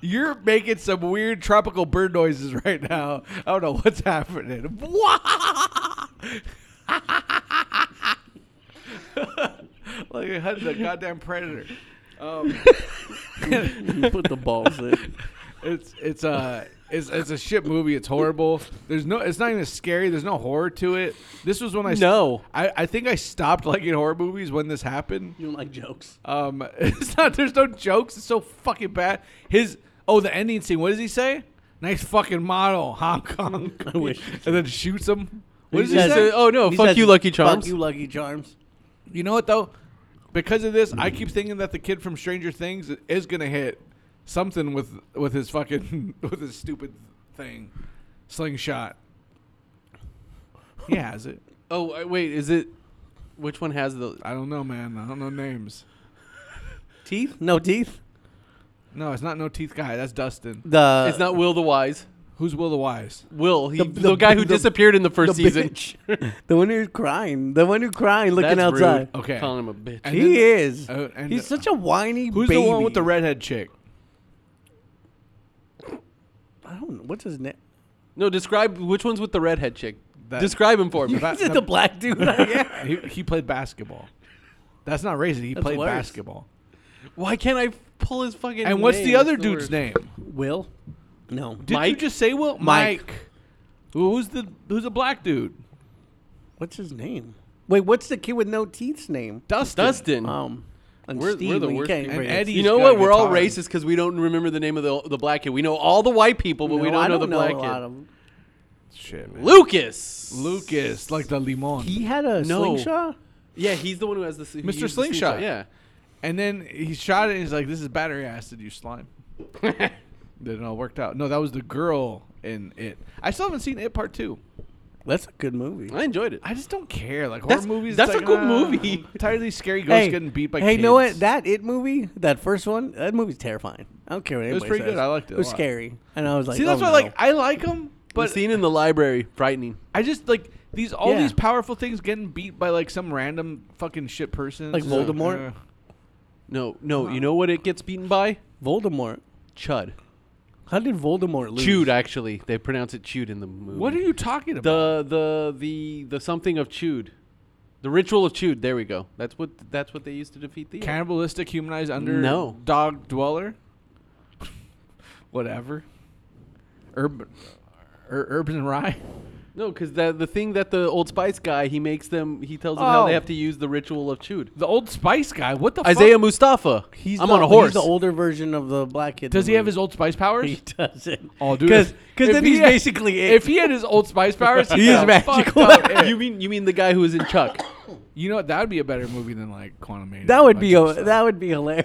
Speaker 4: you're making some weird tropical bird noises right now. I don't know what's happening. like a hunting a goddamn predator.
Speaker 3: You put the balls in.
Speaker 4: It's it's a it's, it's a shit movie. It's horrible. There's no. It's not even scary. There's no horror to it. This was when I s-
Speaker 2: No.
Speaker 4: I, I think I stopped liking horror movies when this happened.
Speaker 3: You don't like jokes.
Speaker 4: Um, it's not. There's no jokes. It's so fucking bad. His oh, the ending scene. What does he say? Nice fucking model, Hong Kong. I
Speaker 3: wish.
Speaker 4: And then shoots him. What does he
Speaker 3: says-
Speaker 4: say?
Speaker 2: oh, no.
Speaker 3: He
Speaker 2: fuck
Speaker 3: says,
Speaker 2: you, Lucky Charms.
Speaker 3: Fuck you, Lucky Charms.
Speaker 4: You know what though? Because of this, I keep thinking that the kid from Stranger Things is gonna hit something with with his fucking with his stupid thing, slingshot. He has it.
Speaker 2: Oh, uh, wait. Is it. Which one has the
Speaker 4: I don't know, man. I don't know names.
Speaker 3: Teeth? No teeth.
Speaker 4: No, it's not no teeth guy. That's Dustin.
Speaker 3: The
Speaker 2: it's not Will the Wise.
Speaker 4: Who's Will the Wise?
Speaker 2: Will. He, the,
Speaker 3: the-
Speaker 2: guy who
Speaker 3: the-
Speaker 2: disappeared in the
Speaker 3: the
Speaker 2: first season.
Speaker 3: bitch. the one who's crying. The one who crying, looking
Speaker 2: That's
Speaker 3: outside.
Speaker 2: Rude. Oh,
Speaker 4: Okay.
Speaker 2: Calling him a bitch.
Speaker 4: And then
Speaker 3: He
Speaker 4: the-
Speaker 3: is.
Speaker 4: Oh, and
Speaker 3: He's
Speaker 4: the-
Speaker 3: such a whiny
Speaker 4: Who's
Speaker 3: baby.
Speaker 4: the one with the redhead chick?
Speaker 3: I don't know. What's his name?
Speaker 2: no, describe which one's with the redhead chick.
Speaker 4: That-
Speaker 2: describe him for me.
Speaker 4: That-
Speaker 3: Is it the black dude? yeah.
Speaker 4: He, he played basketball. That's not racist. He
Speaker 3: That's
Speaker 4: played
Speaker 3: worse.
Speaker 4: basketball.
Speaker 2: Why can't I pull his fucking
Speaker 4: And what's
Speaker 2: name?
Speaker 4: the other
Speaker 2: It's
Speaker 4: dude's
Speaker 2: worst.
Speaker 4: name?
Speaker 3: Will? No.
Speaker 4: Did you
Speaker 2: Mike?
Speaker 4: just say Will?
Speaker 3: Mike.
Speaker 4: Who- Who's the Who's a black dude?
Speaker 3: What's his name? Wait, what's the kid with no teeth's name?
Speaker 4: Dustin.
Speaker 2: Dustin.
Speaker 3: Um, and
Speaker 2: We're- we're
Speaker 3: Steve,
Speaker 2: the
Speaker 3: and you
Speaker 2: worst
Speaker 3: can't
Speaker 2: people.
Speaker 3: bring
Speaker 4: And
Speaker 3: it.
Speaker 4: Eddie.
Speaker 2: you
Speaker 4: He's
Speaker 2: know
Speaker 4: got
Speaker 2: what?
Speaker 4: a
Speaker 2: We're all
Speaker 4: guitar.
Speaker 2: racist because we don't remember the name of the the black kid. We know all the white people, but we
Speaker 3: No,
Speaker 2: don't
Speaker 3: I
Speaker 2: know the black
Speaker 3: a
Speaker 2: kid.
Speaker 3: lot of-
Speaker 4: Shit, man.
Speaker 2: Lucas.
Speaker 4: Lucas, like the limon.
Speaker 3: He had a
Speaker 2: No.
Speaker 3: slingshot.
Speaker 2: Yeah, he's the one who has the who
Speaker 4: Mr.
Speaker 2: used the
Speaker 4: Slingshot.
Speaker 2: Yeah.
Speaker 4: and then he shot it and he's like, This is battery acid, you slime. then it all worked out. No, that was the girl in it. I still haven't seen it part two.
Speaker 3: That's a good movie.
Speaker 2: I enjoyed it.
Speaker 4: I just don't care. Like
Speaker 2: That's-
Speaker 4: horror movies. it's
Speaker 2: that's a
Speaker 4: like,
Speaker 2: cool
Speaker 4: ah,
Speaker 2: movie.
Speaker 4: I'm tired of these scary ghosts
Speaker 3: Hey,
Speaker 4: getting beat by.
Speaker 3: hey,
Speaker 4: kids.
Speaker 3: you know what? That it movie, that first one, that movie's terrifying. I don't care what anybody
Speaker 4: was pretty
Speaker 3: says.
Speaker 4: good. I liked it
Speaker 3: It
Speaker 4: a
Speaker 3: was
Speaker 4: lot.
Speaker 3: scary, and I was like,
Speaker 4: See, that's
Speaker 3: oh,
Speaker 4: why
Speaker 3: no.
Speaker 4: like I like them,
Speaker 2: the
Speaker 4: but
Speaker 2: scene in the library, frightening.
Speaker 4: I just like these all
Speaker 3: Yeah.
Speaker 4: these powerful things getting beat by like some random fucking shit person.
Speaker 3: Like
Speaker 4: It's just
Speaker 3: Voldemort?
Speaker 4: uh,
Speaker 2: No, no. You know what it gets beaten by?
Speaker 3: Voldemort.
Speaker 2: Chud.
Speaker 3: How did Voldemort lose?
Speaker 2: Chewed. Actually, they pronounce it chewed in the movie.
Speaker 4: what are you talking about?
Speaker 2: The the the the something of chewed. The ritual of chewed. There we go. That's what that's what they used to defeat the.
Speaker 4: Cannibalistic humanized under
Speaker 2: No.
Speaker 4: dog dweller. Whatever. Urban, ur- urban rye.
Speaker 2: No, because the the thing that the Old Spice guy he makes them he tells them how they
Speaker 4: Oh.
Speaker 2: have to use the ritual of chewed.
Speaker 4: The old Spice guy. What the
Speaker 2: Isaiah
Speaker 4: fuck?
Speaker 2: Mustafa.
Speaker 3: He's
Speaker 2: I'm
Speaker 3: the-
Speaker 2: on a horse.
Speaker 3: He's the older version of the black kid. in
Speaker 4: Does
Speaker 3: the
Speaker 4: he have
Speaker 3: movie.
Speaker 4: his old Spice powers?
Speaker 3: He doesn't.
Speaker 4: Oh, dude,
Speaker 3: because
Speaker 4: if- if
Speaker 3: then
Speaker 4: he
Speaker 3: he's
Speaker 4: had-
Speaker 3: basically it.
Speaker 4: If he had his old Spice powers,
Speaker 3: He is
Speaker 4: he's
Speaker 3: magical.
Speaker 2: you mean you mean the guy who was in Chuck?
Speaker 4: You know what? That would be a better movie than like Quantum
Speaker 3: that would be a, that would be hilarious.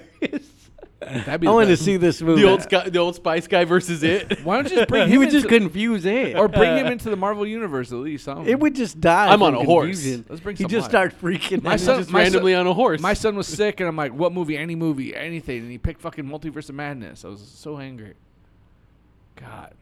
Speaker 4: That'd be
Speaker 3: I
Speaker 4: the
Speaker 3: want to
Speaker 4: best.
Speaker 3: see this movie.
Speaker 2: The old sky, the old Spice guy versus it.
Speaker 4: Why don't you just bring
Speaker 3: he
Speaker 4: him
Speaker 3: would just
Speaker 4: into-
Speaker 3: confuse it,
Speaker 4: or bring him into the Marvel universe at least? I don't know.
Speaker 3: It would just die.
Speaker 2: I'm on
Speaker 3: from
Speaker 2: a horse.
Speaker 3: confusion.
Speaker 4: Let's bring
Speaker 3: He
Speaker 4: some
Speaker 3: just
Speaker 4: life.
Speaker 3: start freaking.
Speaker 4: My
Speaker 3: out.
Speaker 4: son-
Speaker 2: just
Speaker 4: my son-
Speaker 2: randomly on a horse.
Speaker 4: My son was sick, and I'm like, "What movie? Any movie? Anything?" And he picked fucking Multiverse of Madness. I was so angry. God,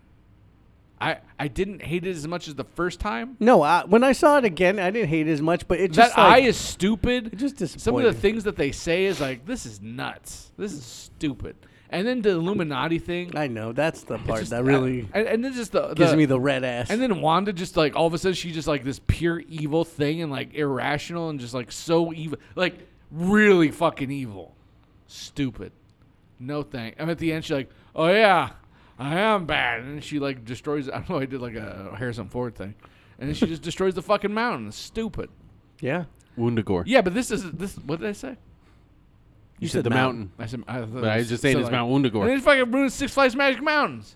Speaker 4: I I didn't hate it as much as the first time.
Speaker 3: No, I, when I saw it again, I didn't hate it as much, but it just
Speaker 4: that eye
Speaker 3: like,
Speaker 4: is stupid.
Speaker 3: just
Speaker 4: Some of the
Speaker 3: disappointed.
Speaker 4: things that they say is like, "This is nuts. This is stupid." And then the Illuminati thing.
Speaker 3: I know that's the
Speaker 4: it's
Speaker 3: part
Speaker 4: just-
Speaker 3: that really
Speaker 4: and, and then just the,
Speaker 3: gives
Speaker 4: the
Speaker 3: me the red ass.
Speaker 4: And then Wanda just like all of a sudden she's just like this pure evil thing and like irrational and just like so evil, like really fucking evil, stupid. No thank. And at the end she's like, oh yeah, I am bad, and she like destroys. I don't know. I did like a Harrison Ford thing, and then she just destroys the fucking mountain. It's stupid.
Speaker 3: yeah,
Speaker 2: Woundagore.
Speaker 4: Yeah, but this is this. What did I say?
Speaker 2: you said the mountain.
Speaker 4: I said I, thought
Speaker 2: But I was just saying
Speaker 4: so,
Speaker 2: it's
Speaker 4: like-
Speaker 2: Mount Woundagore.
Speaker 4: And then fucking ruined Six Flags Magic Mountains.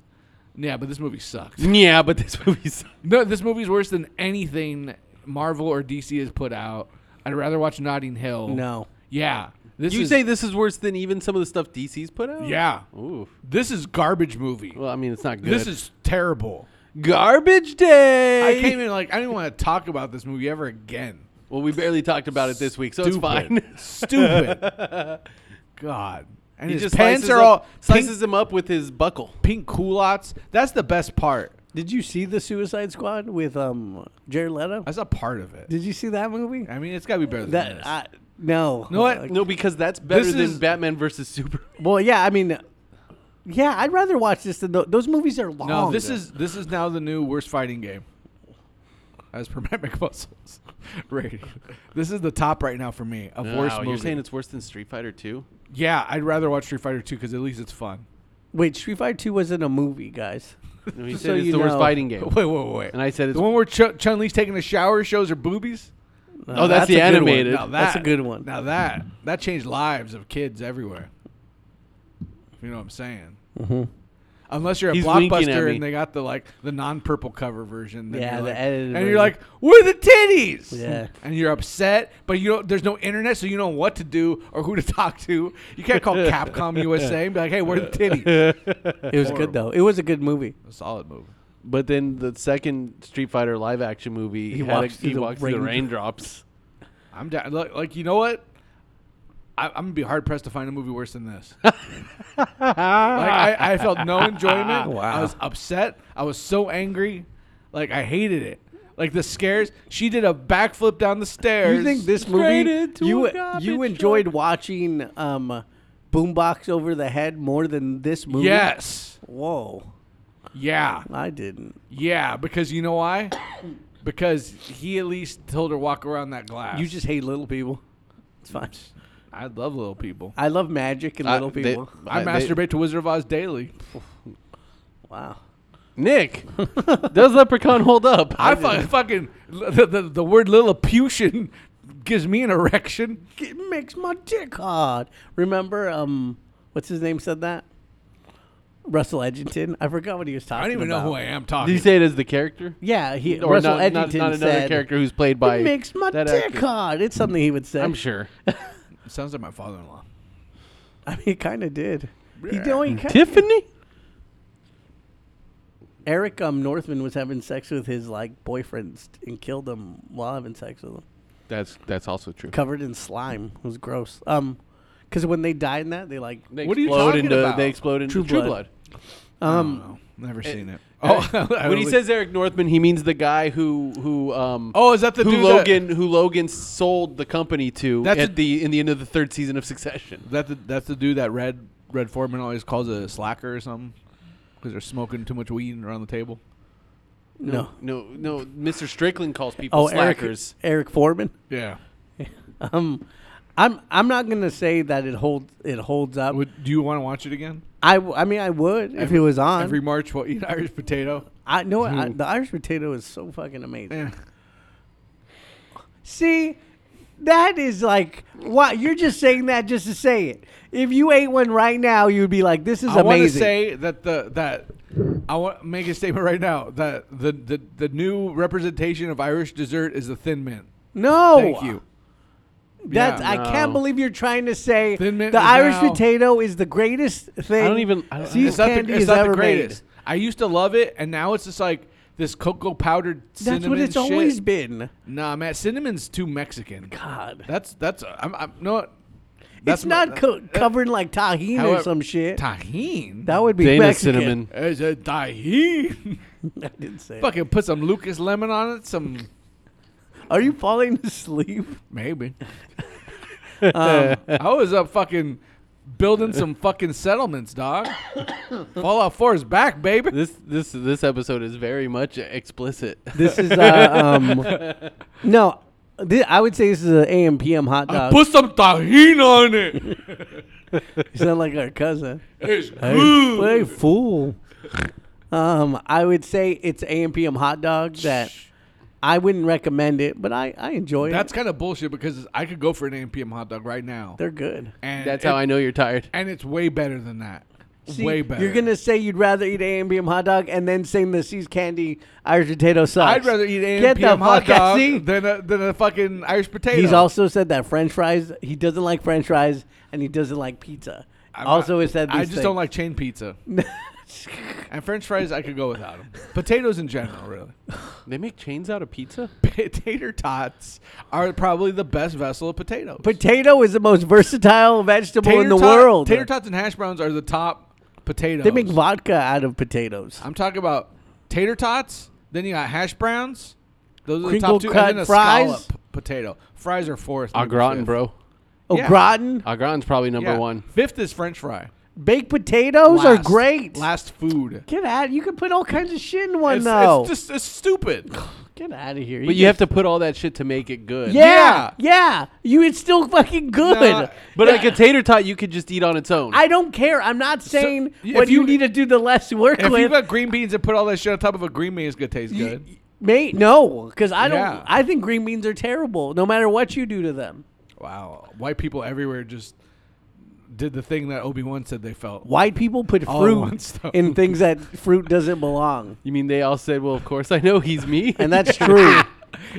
Speaker 4: Yeah, but this movie sucked.
Speaker 2: Yeah, but this movie's
Speaker 4: No, this movie's worse than anything Marvel or DC has put out. I'd rather watch Notting Hill.
Speaker 3: No.
Speaker 4: Yeah. This
Speaker 2: You
Speaker 4: is,
Speaker 2: say this is worse than even some of the stuff DC's put out?
Speaker 4: Yeah.
Speaker 2: Ooh.
Speaker 4: This is garbage movie.
Speaker 2: Well, I mean, it's not good.
Speaker 4: this is terrible.
Speaker 2: garbage day.
Speaker 4: I can't even like I didn't want to talk about this movie ever again.
Speaker 2: Well, we barely talked about it this week, so it's fine.
Speaker 4: Stupid. Stupid. God. And
Speaker 2: he
Speaker 4: his
Speaker 2: just
Speaker 4: pants
Speaker 2: slices
Speaker 4: are
Speaker 2: up-
Speaker 4: all
Speaker 2: slices
Speaker 4: pink,
Speaker 2: him up with his buckle.
Speaker 4: pink culottes. That's the best part.
Speaker 3: did you see the Suicide Squad with um Jared Leto?
Speaker 4: That's a part of it.
Speaker 3: Did you see that movie?
Speaker 4: I mean, it's got to be better than
Speaker 3: That
Speaker 4: this.
Speaker 3: I, no,
Speaker 4: know what?
Speaker 2: No, because that's better
Speaker 4: This
Speaker 2: than
Speaker 4: is-
Speaker 2: Batman versus Superman.
Speaker 3: Well, yeah, I mean, yeah, I'd rather watch this than tho- those movies are long.
Speaker 2: Oh,
Speaker 4: No, this is this is now the new worst fighting game. As per Matt McMuscles rating, this is the top right now for me of worst movie.
Speaker 2: you're saying it's worse than Street Fighter Two?
Speaker 4: yeah, I'd rather watch Street Fighter Two because at least it's fun.
Speaker 3: wait. Street Fighter Two wasn't a movie, guys.
Speaker 2: No, he
Speaker 3: Just
Speaker 2: said
Speaker 3: so
Speaker 2: it's
Speaker 3: you
Speaker 2: the worst
Speaker 3: know.
Speaker 2: fighting
Speaker 4: Wait,
Speaker 2: game.
Speaker 4: wait, wait, wait.
Speaker 2: And I said it's
Speaker 4: the one where Ch- Chun Li's taking a shower shows her boobies.
Speaker 2: oh, that's,
Speaker 3: that's
Speaker 2: the
Speaker 3: a good one.
Speaker 2: animated.
Speaker 4: Now that,
Speaker 3: That's a good one.
Speaker 4: Now that that changed lives of kids everywhere. If You know what I'm saying? Mm-hmm. Unless you're a
Speaker 2: He's winking at
Speaker 4: blockbuster
Speaker 2: me.
Speaker 4: and they got the like the non-purple cover version. then
Speaker 3: Yeah,
Speaker 4: you're
Speaker 3: the
Speaker 4: like-
Speaker 3: edited
Speaker 4: And
Speaker 3: version.
Speaker 4: you're like, "Where are the titties?"
Speaker 3: Yeah.
Speaker 4: And you're upset, but you don't, there's no internet, so you don't know what to do or who to talk to. You can't call Capcom USA and be like, "Hey, where are the titties?"
Speaker 3: It was good though. It was a good movie.
Speaker 4: A solid move.
Speaker 2: But then the second Street Fighter live action movie, he
Speaker 3: walks through
Speaker 2: he
Speaker 3: the
Speaker 2: walks through the
Speaker 3: rain-
Speaker 2: raindrops.
Speaker 4: I'm down. Like, like, you know what? I, I'm gonna be hard pressed to find a movie worse than this. like I, I felt no enjoyment. I was upset. I was so angry. Like I hated it. Like the scares. She did a backflip down the stairs.
Speaker 3: You think this
Speaker 2: Straight
Speaker 3: movie
Speaker 2: into
Speaker 3: you
Speaker 2: a garbage
Speaker 3: you enjoyed watching um, Boombox Over the Head more than this movie?
Speaker 4: Yes.
Speaker 3: Whoa,
Speaker 4: Yeah.
Speaker 3: I didn't.
Speaker 4: Yeah. Because you know why? Because he at least told her walk around that glass.
Speaker 3: You just hate little people. It's fine.
Speaker 4: I love little people.
Speaker 3: I love magic and
Speaker 2: I-
Speaker 3: little
Speaker 2: they-
Speaker 3: people.
Speaker 4: I,
Speaker 2: I- they-
Speaker 4: masturbate to Wizard of Oz daily.
Speaker 3: wow.
Speaker 2: Nick, does Leprechaun hold up?
Speaker 4: I fucking, fucking the, the, the word Lilliputian gives me an erection.
Speaker 3: It makes my dick hard. Remember, um, what's his name said that? Russell Edgington. I forgot what he was
Speaker 4: I
Speaker 3: talking.
Speaker 4: don't even know
Speaker 3: about.
Speaker 4: who I am talking.
Speaker 2: Did he say it as the character?
Speaker 3: Yeah, he
Speaker 2: Or
Speaker 3: Russell
Speaker 2: not,
Speaker 3: Edgington
Speaker 2: not, not another
Speaker 3: said,
Speaker 2: character who's played by
Speaker 3: it makes my
Speaker 2: that
Speaker 3: dick
Speaker 2: actor.
Speaker 3: hard. It's something he would say.
Speaker 2: I'm sure.
Speaker 4: Sounds like my father-in-law.
Speaker 3: I mean, he kind of did. He did. He kind
Speaker 2: Tiffany?
Speaker 3: Eric um, Northman was having sex with his like boyfriends and killed them while having sex with them,
Speaker 2: That's that's also true.
Speaker 3: covered in slime. It was gross. Um, because when they die in that, they like
Speaker 2: They
Speaker 4: What are you talking about?
Speaker 2: They explode into
Speaker 3: True
Speaker 2: True,
Speaker 3: Blood.
Speaker 2: Blood.
Speaker 3: um
Speaker 4: Never seen it. Oh. I
Speaker 2: when he
Speaker 4: only-
Speaker 2: says Eric Northman, he means the guy who who um
Speaker 4: "Oh, is that the
Speaker 2: who
Speaker 4: dude
Speaker 2: Logan who Logan sold the company to
Speaker 4: That's
Speaker 2: at
Speaker 4: a-
Speaker 2: the in the end of the third season of Succession.
Speaker 4: That, that the, that's the dude that Red Red Foreman always calls a slacker or something because they're smoking too much weed around the table.
Speaker 3: no.
Speaker 2: No, no, Mr. Strickland calls people
Speaker 3: Oh,
Speaker 2: slackers.
Speaker 3: Eric Eric Foreman.
Speaker 4: Yeah.
Speaker 3: Um, I'm I'm not gonna say that it holds it holds up.
Speaker 4: Would do you want to watch it again?
Speaker 3: I, w- I mean I would if it was on.
Speaker 4: Every March, we'll eat Irish potato.
Speaker 3: I know what, I, the Irish potato is so fucking amazing.
Speaker 4: Eh.
Speaker 3: See, that is like why you're just saying that just to say it. If you ate one right now, you'd be like, "This is
Speaker 4: I want to
Speaker 3: amazing."
Speaker 4: say that the that I want to make a statement right now that the, the the new representation of Irish dessert is the Thin Mint.
Speaker 3: no,
Speaker 4: Thank you.
Speaker 3: That's
Speaker 4: Yeah.
Speaker 3: I can't
Speaker 2: No.
Speaker 3: believe you're trying to say
Speaker 4: Thin Mint
Speaker 3: the
Speaker 4: is
Speaker 3: Irish
Speaker 4: now-
Speaker 3: potato is the greatest thing.
Speaker 2: don't even- I don't-
Speaker 3: See's
Speaker 4: It's not the,
Speaker 3: candy
Speaker 4: it's
Speaker 3: has
Speaker 4: not
Speaker 3: ever
Speaker 4: the
Speaker 3: made.
Speaker 4: greatest. I used to love it, and now it's just like this cocoa powdered.
Speaker 3: That's
Speaker 4: cinnamon
Speaker 3: what it's
Speaker 4: shit.
Speaker 3: always been.
Speaker 4: Nah, man, cinnamon's too Mexican.
Speaker 3: God.
Speaker 4: That's that's I'm, I'm no.
Speaker 3: it's not co- covered in like tahini or some shit.
Speaker 4: Tahine.
Speaker 3: that would be
Speaker 2: Dana
Speaker 3: Mexican.
Speaker 2: Cinnamon.
Speaker 4: Is a tahine.
Speaker 3: I didn't say. it.
Speaker 4: Fucking put some Lucas lemon on it. Some
Speaker 3: Are you falling asleep?
Speaker 4: maybe. Um, I was up fucking building some fucking settlements, dog. Fallout Four is back, baby.
Speaker 2: This this this episode is very much explicit.
Speaker 3: This is uh, um, no. Thi- I would say this is an AM PM hot dog.
Speaker 4: Uh, Put some tahine on it.
Speaker 3: You sound like our cousin.
Speaker 4: It's
Speaker 3: Hey,
Speaker 4: good.
Speaker 3: hey, fool. Um, I would say it's AM PM hot dog that I wouldn't recommend it, but I, I enjoy
Speaker 4: That's
Speaker 3: it.
Speaker 4: kind of bullshit because I could go for an 8 p.m. hot dog right now.
Speaker 3: They're good.
Speaker 4: And
Speaker 2: That's how
Speaker 4: it-
Speaker 2: I know you're tired.
Speaker 4: And it's way better than that.
Speaker 3: See,
Speaker 4: way better.
Speaker 3: You're gonna say you'd rather eat AM PM hot dog and then sing the Seas Candy Irish potato sauce.
Speaker 4: I'd rather eat
Speaker 3: Get
Speaker 4: an
Speaker 3: the
Speaker 4: PM hot
Speaker 3: fuck out-
Speaker 4: dog
Speaker 3: see?
Speaker 4: than a, than a fucking Irish potato.
Speaker 3: He's also said that French fries. He doesn't like French fries, and he doesn't like pizza.
Speaker 4: I'm
Speaker 3: also,
Speaker 4: not-
Speaker 3: he said
Speaker 4: I
Speaker 3: these
Speaker 4: just don't
Speaker 3: things.
Speaker 4: like chain pizza. and French fries, I could go without them. Potatoes in general, really.
Speaker 2: They make chains out of pizza?
Speaker 4: Potato tots are probably the best vessel of potatoes.
Speaker 3: Potato is the most versatile vegetable in the
Speaker 4: tot-
Speaker 3: world.
Speaker 4: Tater tots and hash browns are the top potatoes.
Speaker 3: They make vodka out of potatoes.
Speaker 4: I'm talking about tater tots. Then you got hash browns. Those are
Speaker 3: Crinkle
Speaker 4: the top two.
Speaker 3: cut
Speaker 4: and then a
Speaker 3: fries.
Speaker 4: scallop potato. Fries are fourth.
Speaker 2: Au
Speaker 4: maybe
Speaker 2: gratin,
Speaker 4: fifth.
Speaker 2: bro.
Speaker 3: Oh,
Speaker 4: yeah.
Speaker 3: gratin,
Speaker 2: Au gratin's probably number
Speaker 4: Yeah.
Speaker 2: one.
Speaker 4: Fifth is French fry.
Speaker 3: baked potatoes are
Speaker 4: Last-
Speaker 3: great.
Speaker 4: Last food.
Speaker 3: Get out! You can put all kinds of shit in one
Speaker 4: It's,
Speaker 3: though.
Speaker 4: it's just it's stupid.
Speaker 3: Get out of here!
Speaker 2: But you have to put all that shit to make it good.
Speaker 3: Yeah, yeah. You it's still fucking good.
Speaker 4: Nah,
Speaker 2: But like a tater tot, you could just eat on its own.
Speaker 3: I don't care. I'm not saying
Speaker 4: y-
Speaker 3: what
Speaker 4: if
Speaker 3: you,
Speaker 4: you-
Speaker 3: need to do the less work
Speaker 4: If you
Speaker 3: with.
Speaker 4: got green beans and put all that shit on top of a green bean, it's gonna taste good.
Speaker 3: Mate, no, because I don't.
Speaker 4: Yeah.
Speaker 3: I think green beans are terrible, no matter what you do to them.
Speaker 4: Wow, white people everywhere just did the thing that Obi Wan said they felt.
Speaker 3: White people put
Speaker 4: All at
Speaker 3: fruit
Speaker 4: once, though.
Speaker 3: in things that fruit doesn't belong,
Speaker 2: You mean they all said, "Well, of course I know he's me,"
Speaker 3: and that's true.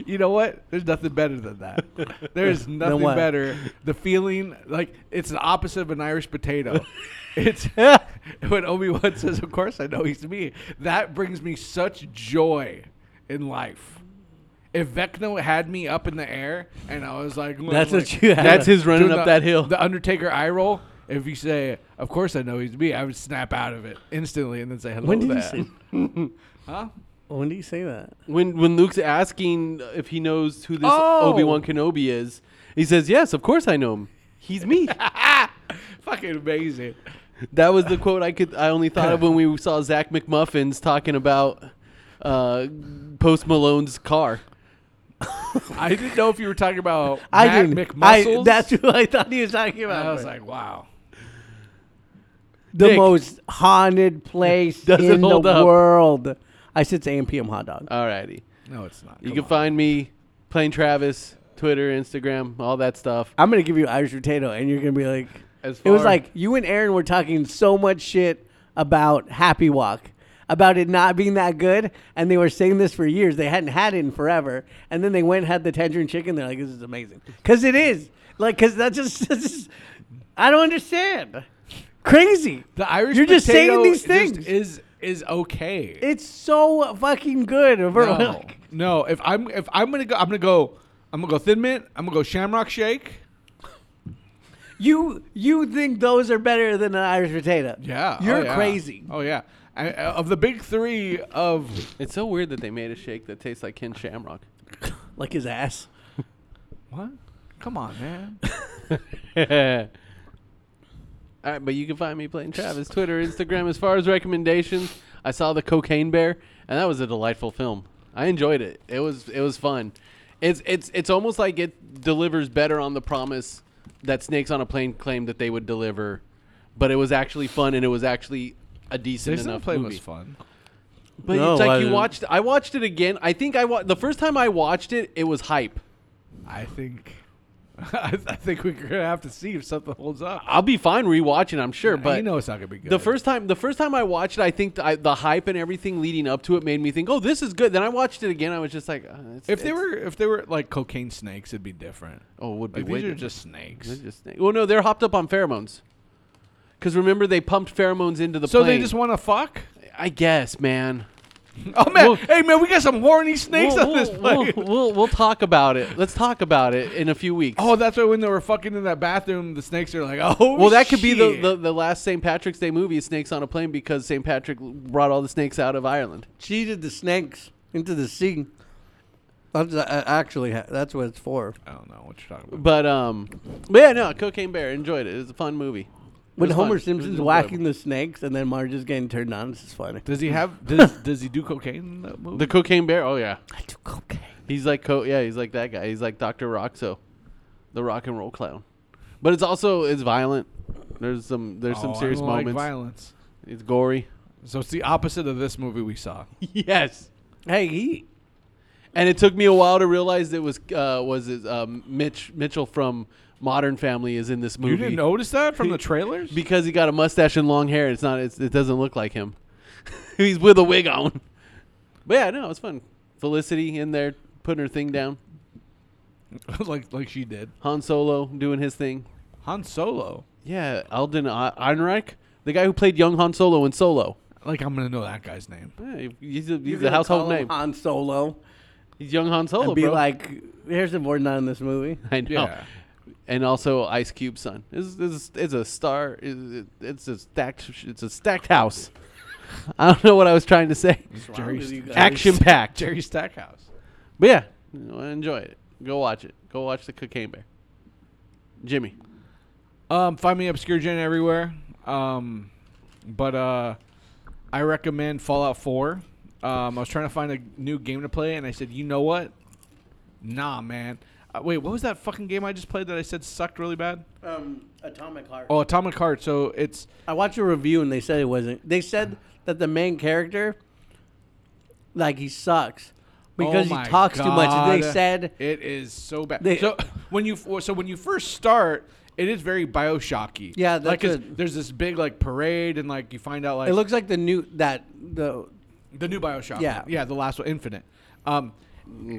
Speaker 4: You know what? There's nothing better than that. There's nothing
Speaker 3: what?
Speaker 4: better. The feeling, like it's the opposite of an Irish potato. it's when Obi Wan says, "Of course I know he's me." That brings me such joy in life. If Vecno had me up in the air and I was like,
Speaker 3: That's
Speaker 4: like,
Speaker 3: what you. Have.
Speaker 2: that's his running
Speaker 4: doing
Speaker 2: up
Speaker 4: the-
Speaker 2: that hill.
Speaker 4: The Undertaker eye roll. If you say, "Of course I know he's me," I would snap out of it instantly and then say, "Hello."
Speaker 3: When did
Speaker 4: there.
Speaker 3: you say?
Speaker 4: Huh?
Speaker 3: When did you say that?
Speaker 2: when when Luke's asking if he knows who this
Speaker 4: Oh!
Speaker 2: Obi Wan Kenobi is, he says, "Yes, of course I know him. He's me."
Speaker 4: Fucking amazing.
Speaker 2: that was the quote I could I only thought of when we saw Zach McMuffins talking about uh, Post Malone's car.
Speaker 4: I didn't know if you were talking about
Speaker 3: I
Speaker 4: Matt
Speaker 3: didn't. I,
Speaker 4: McMuscles.
Speaker 3: that's who I thought he was talking about.
Speaker 4: I was like, wow.
Speaker 3: the
Speaker 2: Dick.
Speaker 3: most haunted place
Speaker 2: Doesn't
Speaker 3: in the
Speaker 2: hold up.
Speaker 3: world. I said it's AM PM hot dog.
Speaker 2: Alrighty,
Speaker 4: No, it's not.
Speaker 2: you
Speaker 4: Come
Speaker 2: can
Speaker 4: on.
Speaker 2: find me playing Travis, Twitter, Instagram, all that stuff.
Speaker 3: I'm gonna give you Irish potato, and you're gonna be like,
Speaker 2: As
Speaker 3: it was
Speaker 2: far-
Speaker 3: like you and Aaron were talking so much shit about Happy Walk, about it not being that good, and they were saying this for years. They hadn't had it in forever, and then they went and had the tangerine chicken. They're like, this is amazing, cause it is, like, cause that just, that's just- I don't understand, crazy.
Speaker 4: the Irish.
Speaker 3: You're just saying
Speaker 4: potato
Speaker 3: these
Speaker 4: just
Speaker 3: things.
Speaker 4: is is okay.
Speaker 3: It's so fucking good.
Speaker 4: no. no, if I'm if I'm gonna go, I'm gonna go. I'm gonna go Thin Mint. I'm gonna go Shamrock Shake.
Speaker 3: You you think those are better than an Irish potato?
Speaker 4: Yeah, oh
Speaker 3: You're
Speaker 4: yeah.
Speaker 3: crazy.
Speaker 4: Oh yeah, I, uh, of the big three of
Speaker 2: It's so weird that they made a shake that tastes like Ken Shamrock.
Speaker 3: Like his ass.
Speaker 4: what? Come on, man.
Speaker 2: All right, but you can find me playing Travis Twitter, Instagram. As far as recommendations, I saw the Cocaine Bear, and that was a delightful film. I enjoyed it. It was it was fun. It's it's it's almost like it delivers better on the promise that Snakes on a Plane claimed that they would deliver, but it was actually fun and it was actually a decent
Speaker 4: Jason
Speaker 2: enough
Speaker 4: Play
Speaker 2: movie.
Speaker 4: was fun.
Speaker 2: But
Speaker 3: No,
Speaker 2: it's like
Speaker 3: I
Speaker 2: you
Speaker 3: didn't.
Speaker 2: watched. I watched it again. I think I wa- the first time I watched it, it was hype.
Speaker 4: I think. I, I think we're gonna have to see if something holds up.
Speaker 2: I'll be fine rewatching. I'm sure, Uh, but
Speaker 4: you know it's not gonna be good.
Speaker 2: The first time, the first time I watched it, I think I, the hype and everything leading up to it made me think, "Oh, this is good." Then I watched it again. I was just like, uh, it's,
Speaker 4: if they
Speaker 2: it's-
Speaker 4: were if they were like cocaine snakes, it'd be different.
Speaker 2: oh, it would be
Speaker 4: Like
Speaker 2: way
Speaker 4: these are
Speaker 2: different.
Speaker 4: just snakes.
Speaker 2: They're just snake- well, no, they're hopped up on pheromones. Because remember, they pumped pheromones into the
Speaker 4: so
Speaker 2: plane.
Speaker 4: they just want to fuck.
Speaker 2: I guess, man.
Speaker 4: Oh man,
Speaker 2: Well-
Speaker 4: hey man, we got some horny snakes
Speaker 2: we'll,
Speaker 4: on this
Speaker 2: we'll,
Speaker 4: plane.
Speaker 2: we'll, we'll- we'll talk about it. Let's talk about it in a few weeks.
Speaker 4: Oh, that's why when they were fucking in that bathroom, the snakes are like, oh.
Speaker 2: well, that could be the,
Speaker 4: shit.
Speaker 2: the, the last St. Patrick's Day movie, Snakes on a Plane, because St. Patrick brought all the snakes out of Ireland.
Speaker 3: Cheated the snakes into the sea. That's uh, actually ha- that's what it's for.
Speaker 4: I don't know what you're talking about.
Speaker 2: But um, but yeah, no, Cocaine Bear enjoyed it. It was a fun movie. It
Speaker 3: When
Speaker 2: was
Speaker 3: Homer
Speaker 2: fun. It was
Speaker 3: Simpson's
Speaker 2: enjoyable.
Speaker 3: whacking the snakes and then Marge is getting turned on, this is funny.
Speaker 4: Does he have? Does does he do cocaine in that movie?
Speaker 2: The Cocaine Bear. Oh yeah,
Speaker 3: I do cocaine.
Speaker 2: he's like co- yeah, he's like that guy. He's like Doctor Roxo, the rock and roll clown. But it's also it's violent. There's some there's
Speaker 4: Oh,
Speaker 2: some
Speaker 4: I
Speaker 2: serious
Speaker 4: don't like
Speaker 2: moments.
Speaker 4: violence.
Speaker 2: it's gory.
Speaker 4: So it's the opposite of this movie we saw.
Speaker 2: yes.
Speaker 3: Hey, he
Speaker 2: And it took me a while to realize it was uh, was it um, Mitch Mitchell from Modern Family is in this movie.
Speaker 4: You didn't notice that from the trailers?
Speaker 2: because he got a mustache and long hair. It's not. It's, it doesn't look like him. He's with a wig on. But yeah, no, it's fun. Felicity in there putting her thing down.
Speaker 4: like like she did.
Speaker 2: Han Solo doing his thing.
Speaker 4: Han Solo.
Speaker 2: Yeah, Alden E- Ehrenreich, the guy who played young Han Solo in Solo.
Speaker 4: Like I'm gonna know that guy's name.
Speaker 2: Yeah, he's a,
Speaker 3: You're
Speaker 2: he's a
Speaker 3: gonna
Speaker 2: household
Speaker 3: call him
Speaker 2: name.
Speaker 3: Han Solo
Speaker 2: He's young Han Solo,
Speaker 3: and be
Speaker 2: bro.
Speaker 3: like, "Here's a more not in this movie."
Speaker 2: I know.
Speaker 4: Yeah.
Speaker 2: And also Ice Cube son. It's, it's, it's a star. It's, it's a stacked. It's a stacked house. I don't know what I was trying to say.
Speaker 4: Jerry
Speaker 3: with you
Speaker 4: St-
Speaker 3: guys.
Speaker 2: Action packed.
Speaker 4: Jerry Stackhouse.
Speaker 2: But yeah, you know, enjoy it. Go watch it. Go watch the Cocaine Bear. Jimmy.
Speaker 4: Um, find me obscure gen everywhere. Um, but uh, I recommend Fallout Four. Um, I was trying to find a new game to play, and I said, you know what? Nah, man. Uh, wait, what was that fucking game I just played that I said sucked really bad?
Speaker 3: Um, Atomic Heart.
Speaker 4: Oh, Atomic Heart. So it's
Speaker 3: I watched a review and they said it wasn't. They said that the main character, like he sucks because
Speaker 4: Oh my
Speaker 3: he talks too much. They
Speaker 4: God.
Speaker 3: said
Speaker 4: it is so bad.
Speaker 3: They-
Speaker 4: so when you so when you first start, it is very Bioshocky.
Speaker 3: Yeah, that's
Speaker 4: like 'cause
Speaker 3: it.
Speaker 4: there's this big like parade, and like you find out like
Speaker 3: it looks like the new that the.
Speaker 4: the new Bioshock.
Speaker 3: Yeah.
Speaker 4: yeah, the last one, Infinite. Um,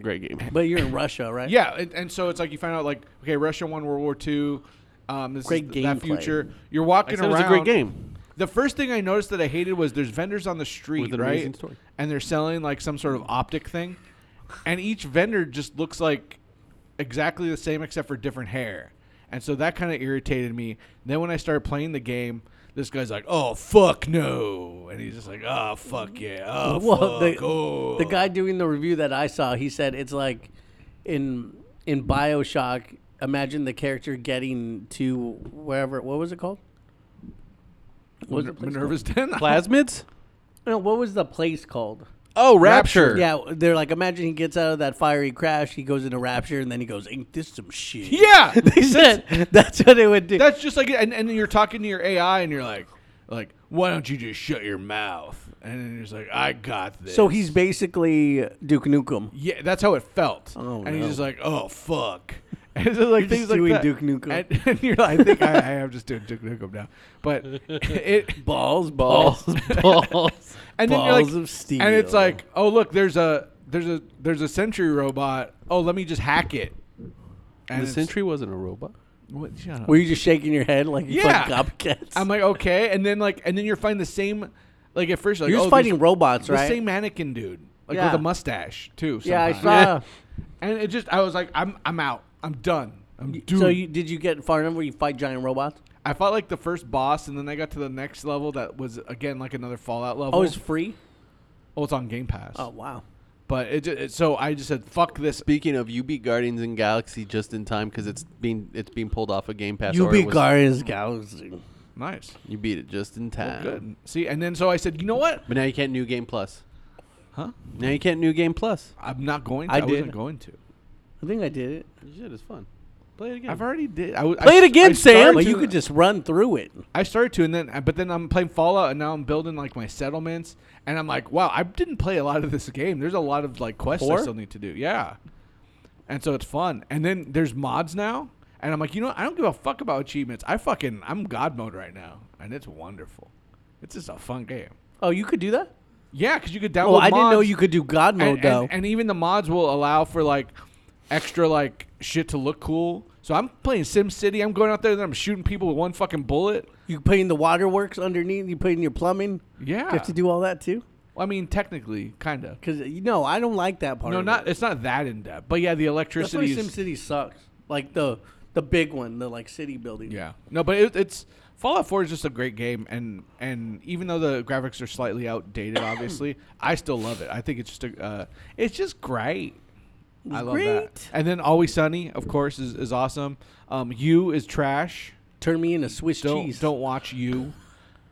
Speaker 2: Great game.
Speaker 3: But you're in Russia, right?
Speaker 4: Yeah, and, and so it's like you find out like okay, Russia won World War Two. Um, this
Speaker 3: Great
Speaker 4: is th- that
Speaker 3: gameplay.
Speaker 4: future. You're walking
Speaker 2: I said it was
Speaker 4: around.
Speaker 2: a great game.
Speaker 4: The first thing I noticed that I hated was there's vendors on the street,
Speaker 2: With an
Speaker 4: right?
Speaker 2: amazing story.
Speaker 4: And they're selling like some sort of optic thing, and each vendor just looks like exactly the same except for different hair. And so that kind of irritated me. Then when I started playing the game, this guy's like, "Oh fuck no," and he's just like, "Oh fuck yeah, oh
Speaker 3: Well,
Speaker 4: fuck,
Speaker 3: the,
Speaker 4: oh."
Speaker 3: the guy doing the review that I saw, he said it's like in in Bioshock. Imagine the character getting to wherever. What was it called? What was the place
Speaker 4: Minerva's Den.
Speaker 2: Plasmids?
Speaker 3: called? No, what was the place called?
Speaker 2: Oh,
Speaker 4: Rapture.
Speaker 2: Rapture.
Speaker 3: Yeah, they're like, imagine he gets out of that fiery crash, he goes into rapture, and then he goes, "Ain't this some shit?"
Speaker 4: yeah,
Speaker 3: they said that's what it would do.
Speaker 4: That's just like, and, and then you're talking to your AI, and you're like, like, why don't you just shut your mouth? And then he's like, I got this.
Speaker 3: so he's basically Duke Nukem.
Speaker 4: yeah, that's how it felt.
Speaker 3: Oh,
Speaker 4: and he's
Speaker 3: no.
Speaker 4: just like, oh fuck. And so like
Speaker 3: You're
Speaker 4: things
Speaker 3: just
Speaker 4: like
Speaker 3: doing
Speaker 4: that.
Speaker 3: Duke Nukem.
Speaker 4: And, and you're like, I think I, I am just doing Duke Nukem now, but it.
Speaker 3: Balls,
Speaker 2: Balls. Balls.
Speaker 4: And then you're
Speaker 3: Balls
Speaker 4: like,
Speaker 3: of steel.
Speaker 4: and it's like, oh look, there's a there's a there's a sentry robot. Oh, let me just hack it. And
Speaker 2: the
Speaker 4: it's-
Speaker 2: Sentry wasn't a robot.
Speaker 4: What, shut up.
Speaker 3: Were you just shaking your head like you
Speaker 4: Yeah.
Speaker 3: fucking copycats?
Speaker 4: I'm like, okay, and then like, and then you're finding the same Like at first, like
Speaker 3: He was
Speaker 4: oh,
Speaker 3: fighting
Speaker 4: these-
Speaker 3: robots,
Speaker 4: The
Speaker 3: right?
Speaker 4: same mannequin dude, like
Speaker 3: Yeah.
Speaker 4: with a mustache too.
Speaker 3: Yeah, I
Speaker 4: sometimes.
Speaker 3: saw.
Speaker 4: and it just I was like, I'm I'm out. I'm done. I'm doomed.
Speaker 3: So you, did you get far enough where you fight giant robots?
Speaker 4: I fought like the first boss, and then I got to the next level that was again like another Fallout level.
Speaker 3: Oh, it's free.
Speaker 4: Oh, it's on Game Pass.
Speaker 3: Oh wow.
Speaker 4: but it, just, it so I just said fuck this.
Speaker 2: Speaking of, you beat Guardians and Galaxy just in time because it's being it's being pulled off a Game Pass. or it was-
Speaker 3: Guardians of the Galaxy.
Speaker 4: Nice,
Speaker 2: You beat it just in time.
Speaker 4: good. See, and then so I said, you know what?
Speaker 2: But now you can't new game plus.
Speaker 4: Huh?
Speaker 2: Now you can't new game plus.
Speaker 4: I'm not going. To.
Speaker 3: I
Speaker 4: I,
Speaker 3: did.
Speaker 4: wasn't going to.
Speaker 3: I think I did it.
Speaker 2: You should. It's fun. Play it again.
Speaker 4: I've already did. I, w- I
Speaker 2: Play it
Speaker 4: s-
Speaker 2: again,
Speaker 4: I
Speaker 2: Sam!
Speaker 4: started
Speaker 3: Well,
Speaker 4: to-
Speaker 3: you could just run through it.
Speaker 4: I started to, and then I- but then I'm playing Fallout, and now I'm building like my settlements, and I'm like, wow, I didn't play a lot of this game. There's a lot of like quests
Speaker 3: Four?
Speaker 4: I still need to do. Yeah, and so it's fun. And then there's mods now, and I'm like, you know, what? I don't give a fuck about achievements. I fucking I'm God mode right now, and it's wonderful. It's just a fun game.
Speaker 3: Oh, you could do that.
Speaker 4: Yeah, because you could download.
Speaker 3: Oh, I didn't know
Speaker 4: mods,
Speaker 3: you could do God mode
Speaker 4: and,
Speaker 3: though.
Speaker 4: and, and even the mods will allow for like extra like shit to look cool. So I'm playing Sim City. I'm going out there, and I'm shooting people with one fucking bullet.
Speaker 3: you put in the waterworks underneath. You put in your plumbing.
Speaker 4: Yeah,
Speaker 3: You have to do all that too.
Speaker 4: Well, I mean, technically, kind of.
Speaker 3: Because you know, I don't like that part.
Speaker 4: No,
Speaker 3: of
Speaker 4: not
Speaker 3: It.
Speaker 4: it's not that in depth, but yeah, the
Speaker 3: That's why
Speaker 4: electricity. is-
Speaker 3: SimCity sucks. Like the the big one, the like city building.
Speaker 4: yeah, no, but it, it's Fallout Four is just a great game, and and even though the graphics are slightly outdated, obviously, I still love it. I think it's just a, uh, it's just great. I love
Speaker 3: Great.
Speaker 4: that. And then Always Sunny, of course, is, is awesome. Um, you is trash.
Speaker 3: Turn me into Swiss
Speaker 4: Don't
Speaker 3: cheese.
Speaker 4: don't watch you.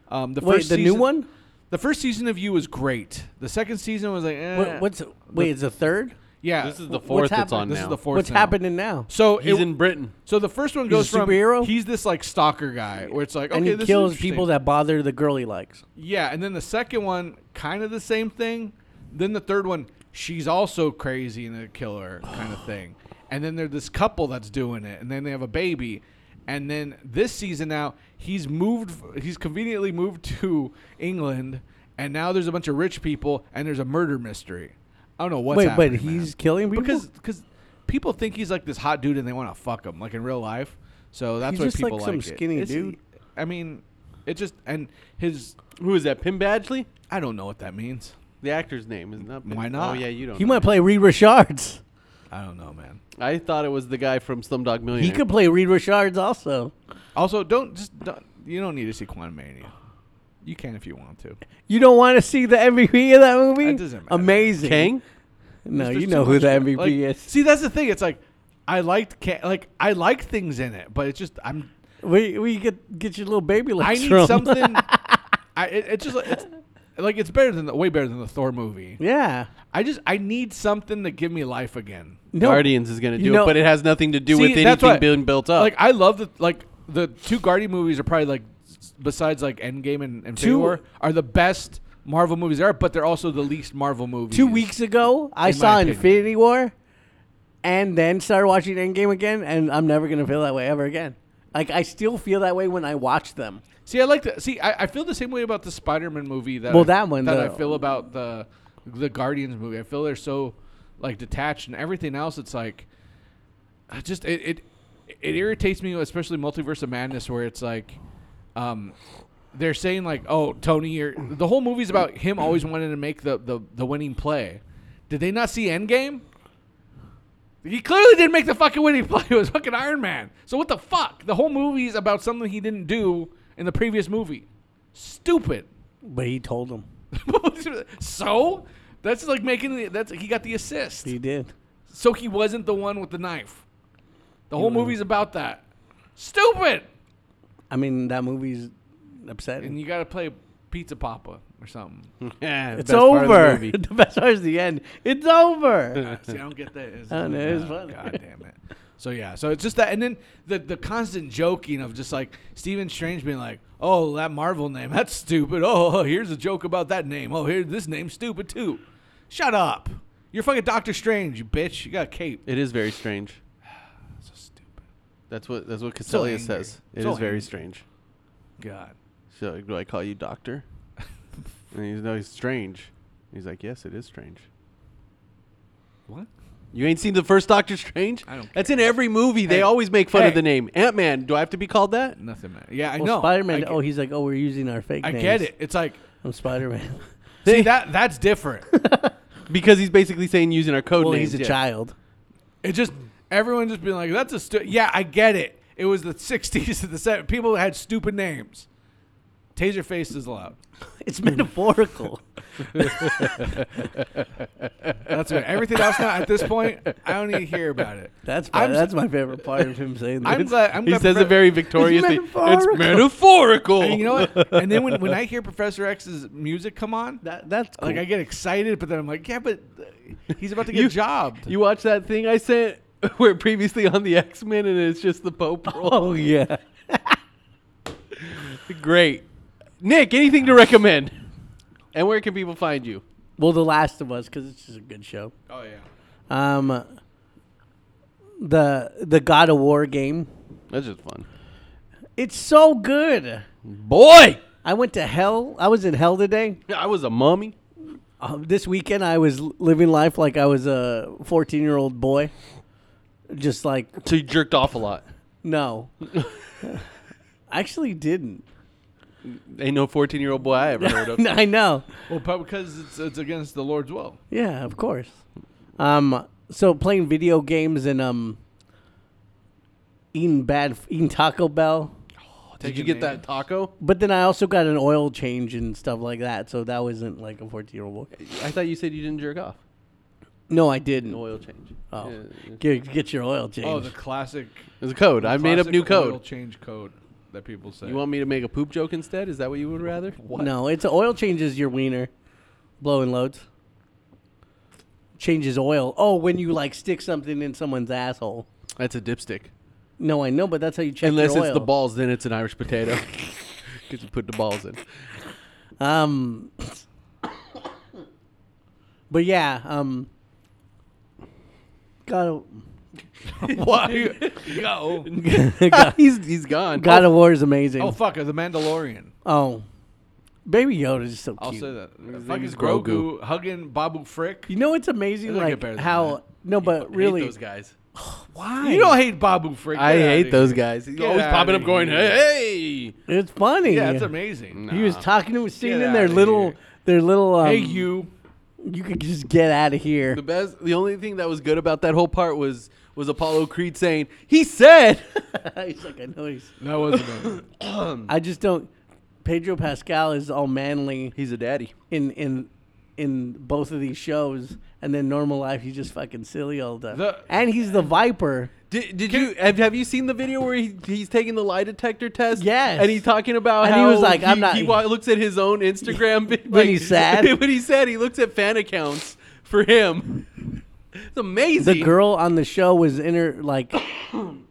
Speaker 4: Um, the
Speaker 3: Wait,
Speaker 4: first
Speaker 3: the new
Speaker 4: season-
Speaker 3: one.
Speaker 4: The first season of you was great. The second season was like, eh.
Speaker 3: What, what's wait? It's the third.
Speaker 4: yeah?
Speaker 2: this is the
Speaker 3: What's
Speaker 2: fourth that's
Speaker 3: happening?
Speaker 2: on
Speaker 4: This
Speaker 2: now.
Speaker 4: is the fourth.
Speaker 3: What's
Speaker 4: now.
Speaker 3: happening now?
Speaker 4: So
Speaker 2: He's
Speaker 4: it-
Speaker 2: in Britain.
Speaker 4: So the first one
Speaker 3: a
Speaker 4: goes from
Speaker 3: superhero?
Speaker 4: he's this like stalker guy where it's like okay
Speaker 3: and he
Speaker 4: this is
Speaker 3: kills
Speaker 4: interesting.
Speaker 3: people that bother the girl he likes.
Speaker 4: yeah and then the second one kind of the same thing then the third one she's also crazy and a killer kind of thing and then there's this couple that's doing it and then they have a baby and then this season now he's moved he's conveniently moved to England and now there's a bunch of rich people and there's a murder mystery I don't know what's
Speaker 3: wait,
Speaker 4: happening
Speaker 3: but
Speaker 4: man
Speaker 3: he's killing people
Speaker 4: because because people think he's like this hot dude and they want to fuck him like in real life. So that's
Speaker 3: He's
Speaker 4: why
Speaker 3: just like
Speaker 4: people
Speaker 3: some
Speaker 4: it.
Speaker 3: skinny
Speaker 4: It's-
Speaker 3: dude.
Speaker 4: I mean, it just and his
Speaker 2: Who is that? Pim Badgley?
Speaker 4: I don't know what that means.
Speaker 2: The actor's name is not. Pim-
Speaker 4: Why not?
Speaker 2: Oh yeah, you don't.
Speaker 3: he
Speaker 2: know.
Speaker 3: might play Reed Richards.
Speaker 4: I don't know, man.
Speaker 2: I thought it was the guy from Slumdog Millionaire.
Speaker 3: He could play Reed Richards also.
Speaker 4: Also, don't just don't, you don't need to see Quantum Mania. You can if you want to.
Speaker 3: You don't want to see the MVP of that movie?
Speaker 4: That doesn't matter.
Speaker 3: Amazing.
Speaker 2: Kang.
Speaker 3: No,
Speaker 4: There's
Speaker 3: you
Speaker 4: too
Speaker 3: know who
Speaker 4: much
Speaker 3: the
Speaker 4: there.
Speaker 3: MVP
Speaker 4: Like,
Speaker 3: is.
Speaker 4: See, that's the thing. It's like I liked Ca- like I like things in it, but it's just I'm
Speaker 3: We we get get your little baby
Speaker 4: I
Speaker 3: legs
Speaker 4: need
Speaker 3: from.
Speaker 4: something. I it, it's just like, it's like it's better than the way better than the Thor movie.
Speaker 3: yeah.
Speaker 4: I just I need something to give me life again.
Speaker 3: No.
Speaker 2: Guardians is going to
Speaker 3: You
Speaker 2: do
Speaker 3: know-
Speaker 2: it, but it has nothing to do
Speaker 4: See,
Speaker 2: with
Speaker 4: that's
Speaker 2: anything
Speaker 4: what-
Speaker 2: being built up.
Speaker 4: Like I love the like the two Guardian movies are probably like s- besides like Endgame and Infinity
Speaker 3: Two-
Speaker 4: War are the best Marvel movies there, are, but they're also the least Marvel movies.
Speaker 3: Two weeks ago, I
Speaker 4: In my
Speaker 3: saw
Speaker 4: opinion.
Speaker 3: Infinity War, and then started watching Endgame again, and I'm never gonna feel that way ever again. Like I still feel that way when I watch them.
Speaker 4: See, I like that. See, I, I feel the same way about the Spider-Man movie that
Speaker 3: Well,
Speaker 4: I-
Speaker 3: that one,
Speaker 4: that
Speaker 3: though.
Speaker 4: I feel about the the Guardians movie. I feel they're so like detached and everything else. It's like I just it it, it irritates me, especially Multiverse of Madness, where it's like. Um, they're saying like, "Oh, Tony, you're, the whole movie's about him always wanting to make the, the, the winning play." Did they not see Endgame? He clearly didn't make the fucking winning play. It was fucking Iron Man. So what the fuck? The whole movie's about something he didn't do in the previous movie. Stupid.
Speaker 3: But he told them
Speaker 4: so that's like making the, that's he got the assist.
Speaker 3: he did.
Speaker 4: So he wasn't the one with the knife. The whole movie's about that. Stupid.
Speaker 3: I mean, that movie's
Speaker 4: And
Speaker 3: upsetting.
Speaker 4: you got to play Pizza Papa or something.
Speaker 2: Yeah, the
Speaker 3: It's
Speaker 2: best part
Speaker 3: over.
Speaker 2: of the movie.
Speaker 3: the, best part is the end. It's over.
Speaker 4: See, I don't get that. It's,
Speaker 3: I don't know, it's
Speaker 4: Ah,
Speaker 3: funny.
Speaker 4: God damn it. So yeah, so it's just that, and then the the constant joking of just like Stephen Strange being like, "Oh, that Marvel name, that's stupid. Oh, here's a joke about that name. Oh, here this name's stupid too. Shut up. You're fucking Doctor Strange, you bitch. You got a cape.
Speaker 2: It is very strange.
Speaker 4: so stupid.
Speaker 2: That's what that's what Cassilia
Speaker 4: angry.
Speaker 2: says. It is
Speaker 4: So
Speaker 2: very
Speaker 4: angry.
Speaker 2: strange.
Speaker 4: God.
Speaker 2: So like, do I call you doctor? and he's no, he's strange. He's like, yes, it is strange.
Speaker 4: What?
Speaker 2: You ain't seen the first Doctor Strange?
Speaker 4: I don't
Speaker 2: That's in every movie. They
Speaker 4: Hey.
Speaker 2: always make fun of
Speaker 4: Hey.
Speaker 2: the name Ant Man. Do I have to be called that?
Speaker 4: Nothing, man. Yeah, I
Speaker 3: Well,
Speaker 4: know.
Speaker 3: Spider
Speaker 4: I
Speaker 3: Man.
Speaker 4: get-
Speaker 3: Oh, he's like, oh, we're using our fake.
Speaker 4: I
Speaker 3: names.
Speaker 4: get it. It's like
Speaker 3: I'm Spider Man.
Speaker 4: See that that's different.
Speaker 2: because he's basically saying using our code
Speaker 3: Well,
Speaker 2: names.
Speaker 3: he's a
Speaker 2: yeah.
Speaker 3: child.
Speaker 4: It just everyone just being like, "That's a stu- yeah." I get it. It was the '60s and the '70s. People had stupid names. Taserface is allowed.
Speaker 3: It's metaphorical.
Speaker 4: That's right. Everything else now at this point, I don't need to hear about it.
Speaker 3: That's my,
Speaker 4: I'm s-
Speaker 3: that's my favorite part of him saying
Speaker 4: I'm
Speaker 3: this.
Speaker 4: glad. I'm
Speaker 2: He
Speaker 4: glad
Speaker 2: says
Speaker 4: Profe-
Speaker 2: it very victoriously.
Speaker 3: metaphorical.
Speaker 2: It's metaphorical.
Speaker 4: And you know what? And then when, when I hear Professor X's music come on,
Speaker 3: That, that's cool.
Speaker 4: like I get excited, but then I'm like, yeah, but uh, he's about to get
Speaker 2: You-
Speaker 4: jobbed.
Speaker 2: You watch that thing I sent where previously on the X Men, and it's just the Pope. roll.
Speaker 3: oh yeah.
Speaker 2: Great, Nick. Anything to recommend? And where can people find you?
Speaker 3: Well, The Last of Us because it's just a good show.
Speaker 4: oh yeah.
Speaker 3: Um, the the God of War game.
Speaker 2: That's just fun.
Speaker 3: It's so good.
Speaker 2: Boy,
Speaker 3: I went to hell. I was in hell today.
Speaker 2: I was a mummy.
Speaker 3: Uh, this weekend, I was l- living life like I was a 14 year old boy. Just like
Speaker 2: So you jerked off a lot.
Speaker 3: no, I actually didn't.
Speaker 2: Ain't no fourteen-year-old boy I ever heard of.
Speaker 3: I know.
Speaker 4: Well, but because it's it's against the Lord's will.
Speaker 3: Yeah, of course. Um, so playing video games and um, eating bad, eating Taco Bell.
Speaker 2: Did you get that taco?
Speaker 3: But then I also got an oil change and stuff like that, so that wasn't like a 14 year old boy.
Speaker 2: I thought you said you didn't jerk off.
Speaker 3: No, I didn't.
Speaker 2: An oil change.
Speaker 3: Oh,
Speaker 2: Yeah, yeah.
Speaker 3: get, get your oil change.
Speaker 4: Oh, the classic.
Speaker 2: There's a code. I made up
Speaker 4: classic
Speaker 2: new
Speaker 4: oil
Speaker 2: code.
Speaker 4: change code that people say.
Speaker 2: You want me to make a poop joke instead? Is that what you would rather? What?
Speaker 3: No, it's oil changes your wiener, blowing loads. Changes oil. Oh, when you like stick something in someone's asshole.
Speaker 2: That's a dipstick.
Speaker 3: No, I know, but that's how you check
Speaker 2: Unless
Speaker 3: your
Speaker 2: it's
Speaker 3: oil.
Speaker 2: the balls, then it's an Irish potato. Because you put the balls in.
Speaker 3: Um, but yeah, um, gotta.
Speaker 4: Why? Yo.
Speaker 2: he's he's gone.
Speaker 3: God of War is amazing.
Speaker 4: Oh
Speaker 3: Oh,
Speaker 4: fuck, the Mandalorian.
Speaker 3: Baby Yoda is so cute.
Speaker 4: I'll say that. Fuck
Speaker 2: name
Speaker 4: is
Speaker 2: is Grogu.
Speaker 4: Grogu hugging Babu Frick.
Speaker 3: You know what's amazing,
Speaker 4: It'll get
Speaker 3: like
Speaker 4: better than
Speaker 3: how
Speaker 4: that.
Speaker 3: no, but really,
Speaker 2: hate those guys.
Speaker 3: why?
Speaker 4: You don't hate Babu Frick.
Speaker 2: I
Speaker 4: Get outta
Speaker 2: hate
Speaker 4: here.
Speaker 2: those guys. He's
Speaker 4: Get
Speaker 2: always
Speaker 4: outta
Speaker 2: popping up, going,
Speaker 4: here.
Speaker 2: "Hey,
Speaker 3: it's funny.
Speaker 4: Yeah, it's amazing.
Speaker 3: He was talking to him, singing
Speaker 4: Get
Speaker 3: their
Speaker 4: outta
Speaker 3: little,
Speaker 4: here.
Speaker 3: their little. Um,
Speaker 4: Hey, you.
Speaker 3: You could just get out of here.
Speaker 2: The best. The only thing that was good about that whole part was was Apollo Creed saying he said.
Speaker 3: He's like, I know he's.
Speaker 4: That was amazing. Mm.
Speaker 3: I just don't. Pedro Pascal is all manly.
Speaker 2: he's a daddy.
Speaker 3: in in in both of these shows, and then normal life he's just fucking silly all the.
Speaker 4: The-
Speaker 3: and he's the Viper.
Speaker 2: Did, did you have, have you seen the video where he, he's taking the lie detector test?
Speaker 3: Yes.
Speaker 2: and he's talking about
Speaker 3: And he
Speaker 2: how
Speaker 3: was like,
Speaker 2: he,
Speaker 3: "I'm not-
Speaker 2: He wa- looks at his own Instagram vid-
Speaker 3: When
Speaker 2: like-
Speaker 3: he's sad.
Speaker 2: when he's sad, he looks at fan accounts for him. It's amazing.
Speaker 3: The girl on the show was in her like,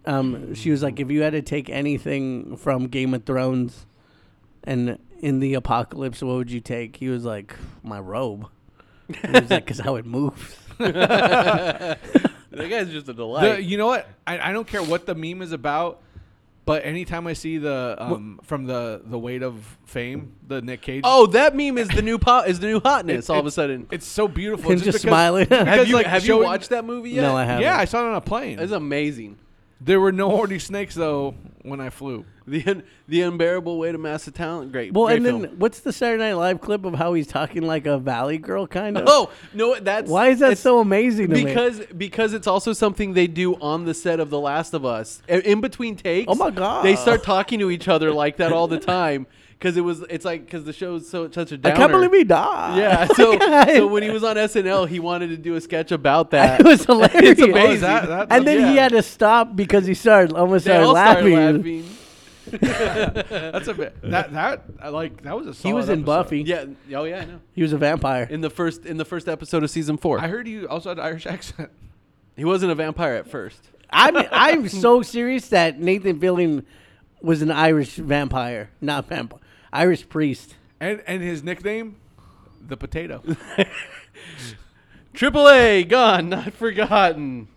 Speaker 3: um, she was like, if you had to take anything from Game of Thrones, and in the apocalypse, what would you take? He was like, my robe. He was like, because how it moves.
Speaker 2: that guy's just a delight.
Speaker 4: The- you know what? I, I don't care what the meme is about, but anytime I see the um, from the the weight of fame, the Nick Cage.
Speaker 2: oh, that meme is the new pop is the new hotness. all of a
Speaker 4: it's-
Speaker 2: sudden,
Speaker 4: it's so beautiful.
Speaker 3: Him just smiling.
Speaker 2: have
Speaker 3: Have
Speaker 4: because,
Speaker 2: you
Speaker 4: like,
Speaker 2: have you
Speaker 4: showing-
Speaker 2: watched that movie yet?
Speaker 3: No, I haven't.
Speaker 4: Yeah, I saw it on a plane.
Speaker 2: It's amazing.
Speaker 4: there were no horny snakes though when I flew.
Speaker 2: The un- the unbearable weight of massive talent. Great.
Speaker 3: Well,
Speaker 2: great
Speaker 3: and
Speaker 2: film.
Speaker 3: then what's the Saturday Night Live clip of how he's talking like a Valley girl, kind of?
Speaker 2: Oh no! what, That's
Speaker 3: Why is that
Speaker 2: it's-
Speaker 3: so amazing to me?
Speaker 2: because because it's also something they do on the set of The Last of Us. I- In between takes,
Speaker 3: Oh my God.
Speaker 2: they start talking to each other like that all the time because it was it's like because the show's so such a
Speaker 3: I
Speaker 2: downer.
Speaker 3: can't believe he died.
Speaker 2: Yeah, so,
Speaker 3: God.
Speaker 2: so when he was on SNL, he wanted to do a sketch about that.
Speaker 3: It was hilarious.
Speaker 2: It's amazing.
Speaker 4: Oh, is that- that-
Speaker 3: And then he
Speaker 4: yeah.
Speaker 3: had to stop because he started almost
Speaker 2: They
Speaker 3: started
Speaker 2: all
Speaker 3: laughing.
Speaker 2: started laughing.
Speaker 4: That's a bit that that I like that was a. Solid
Speaker 3: He was in
Speaker 4: episode.
Speaker 3: Buffy.
Speaker 2: Yeah. Oh yeah. I know.
Speaker 3: He was a vampire.
Speaker 2: In the first in the first episode of season four,
Speaker 4: I heard you also had an Irish accent.
Speaker 2: he wasn't a vampire at first.
Speaker 3: I'm I'm so serious that Nathan Fillion was an Irish vampire, not vampire, Irish priest.
Speaker 4: And and his nickname, the potato.
Speaker 2: Triple A, gone, not forgotten.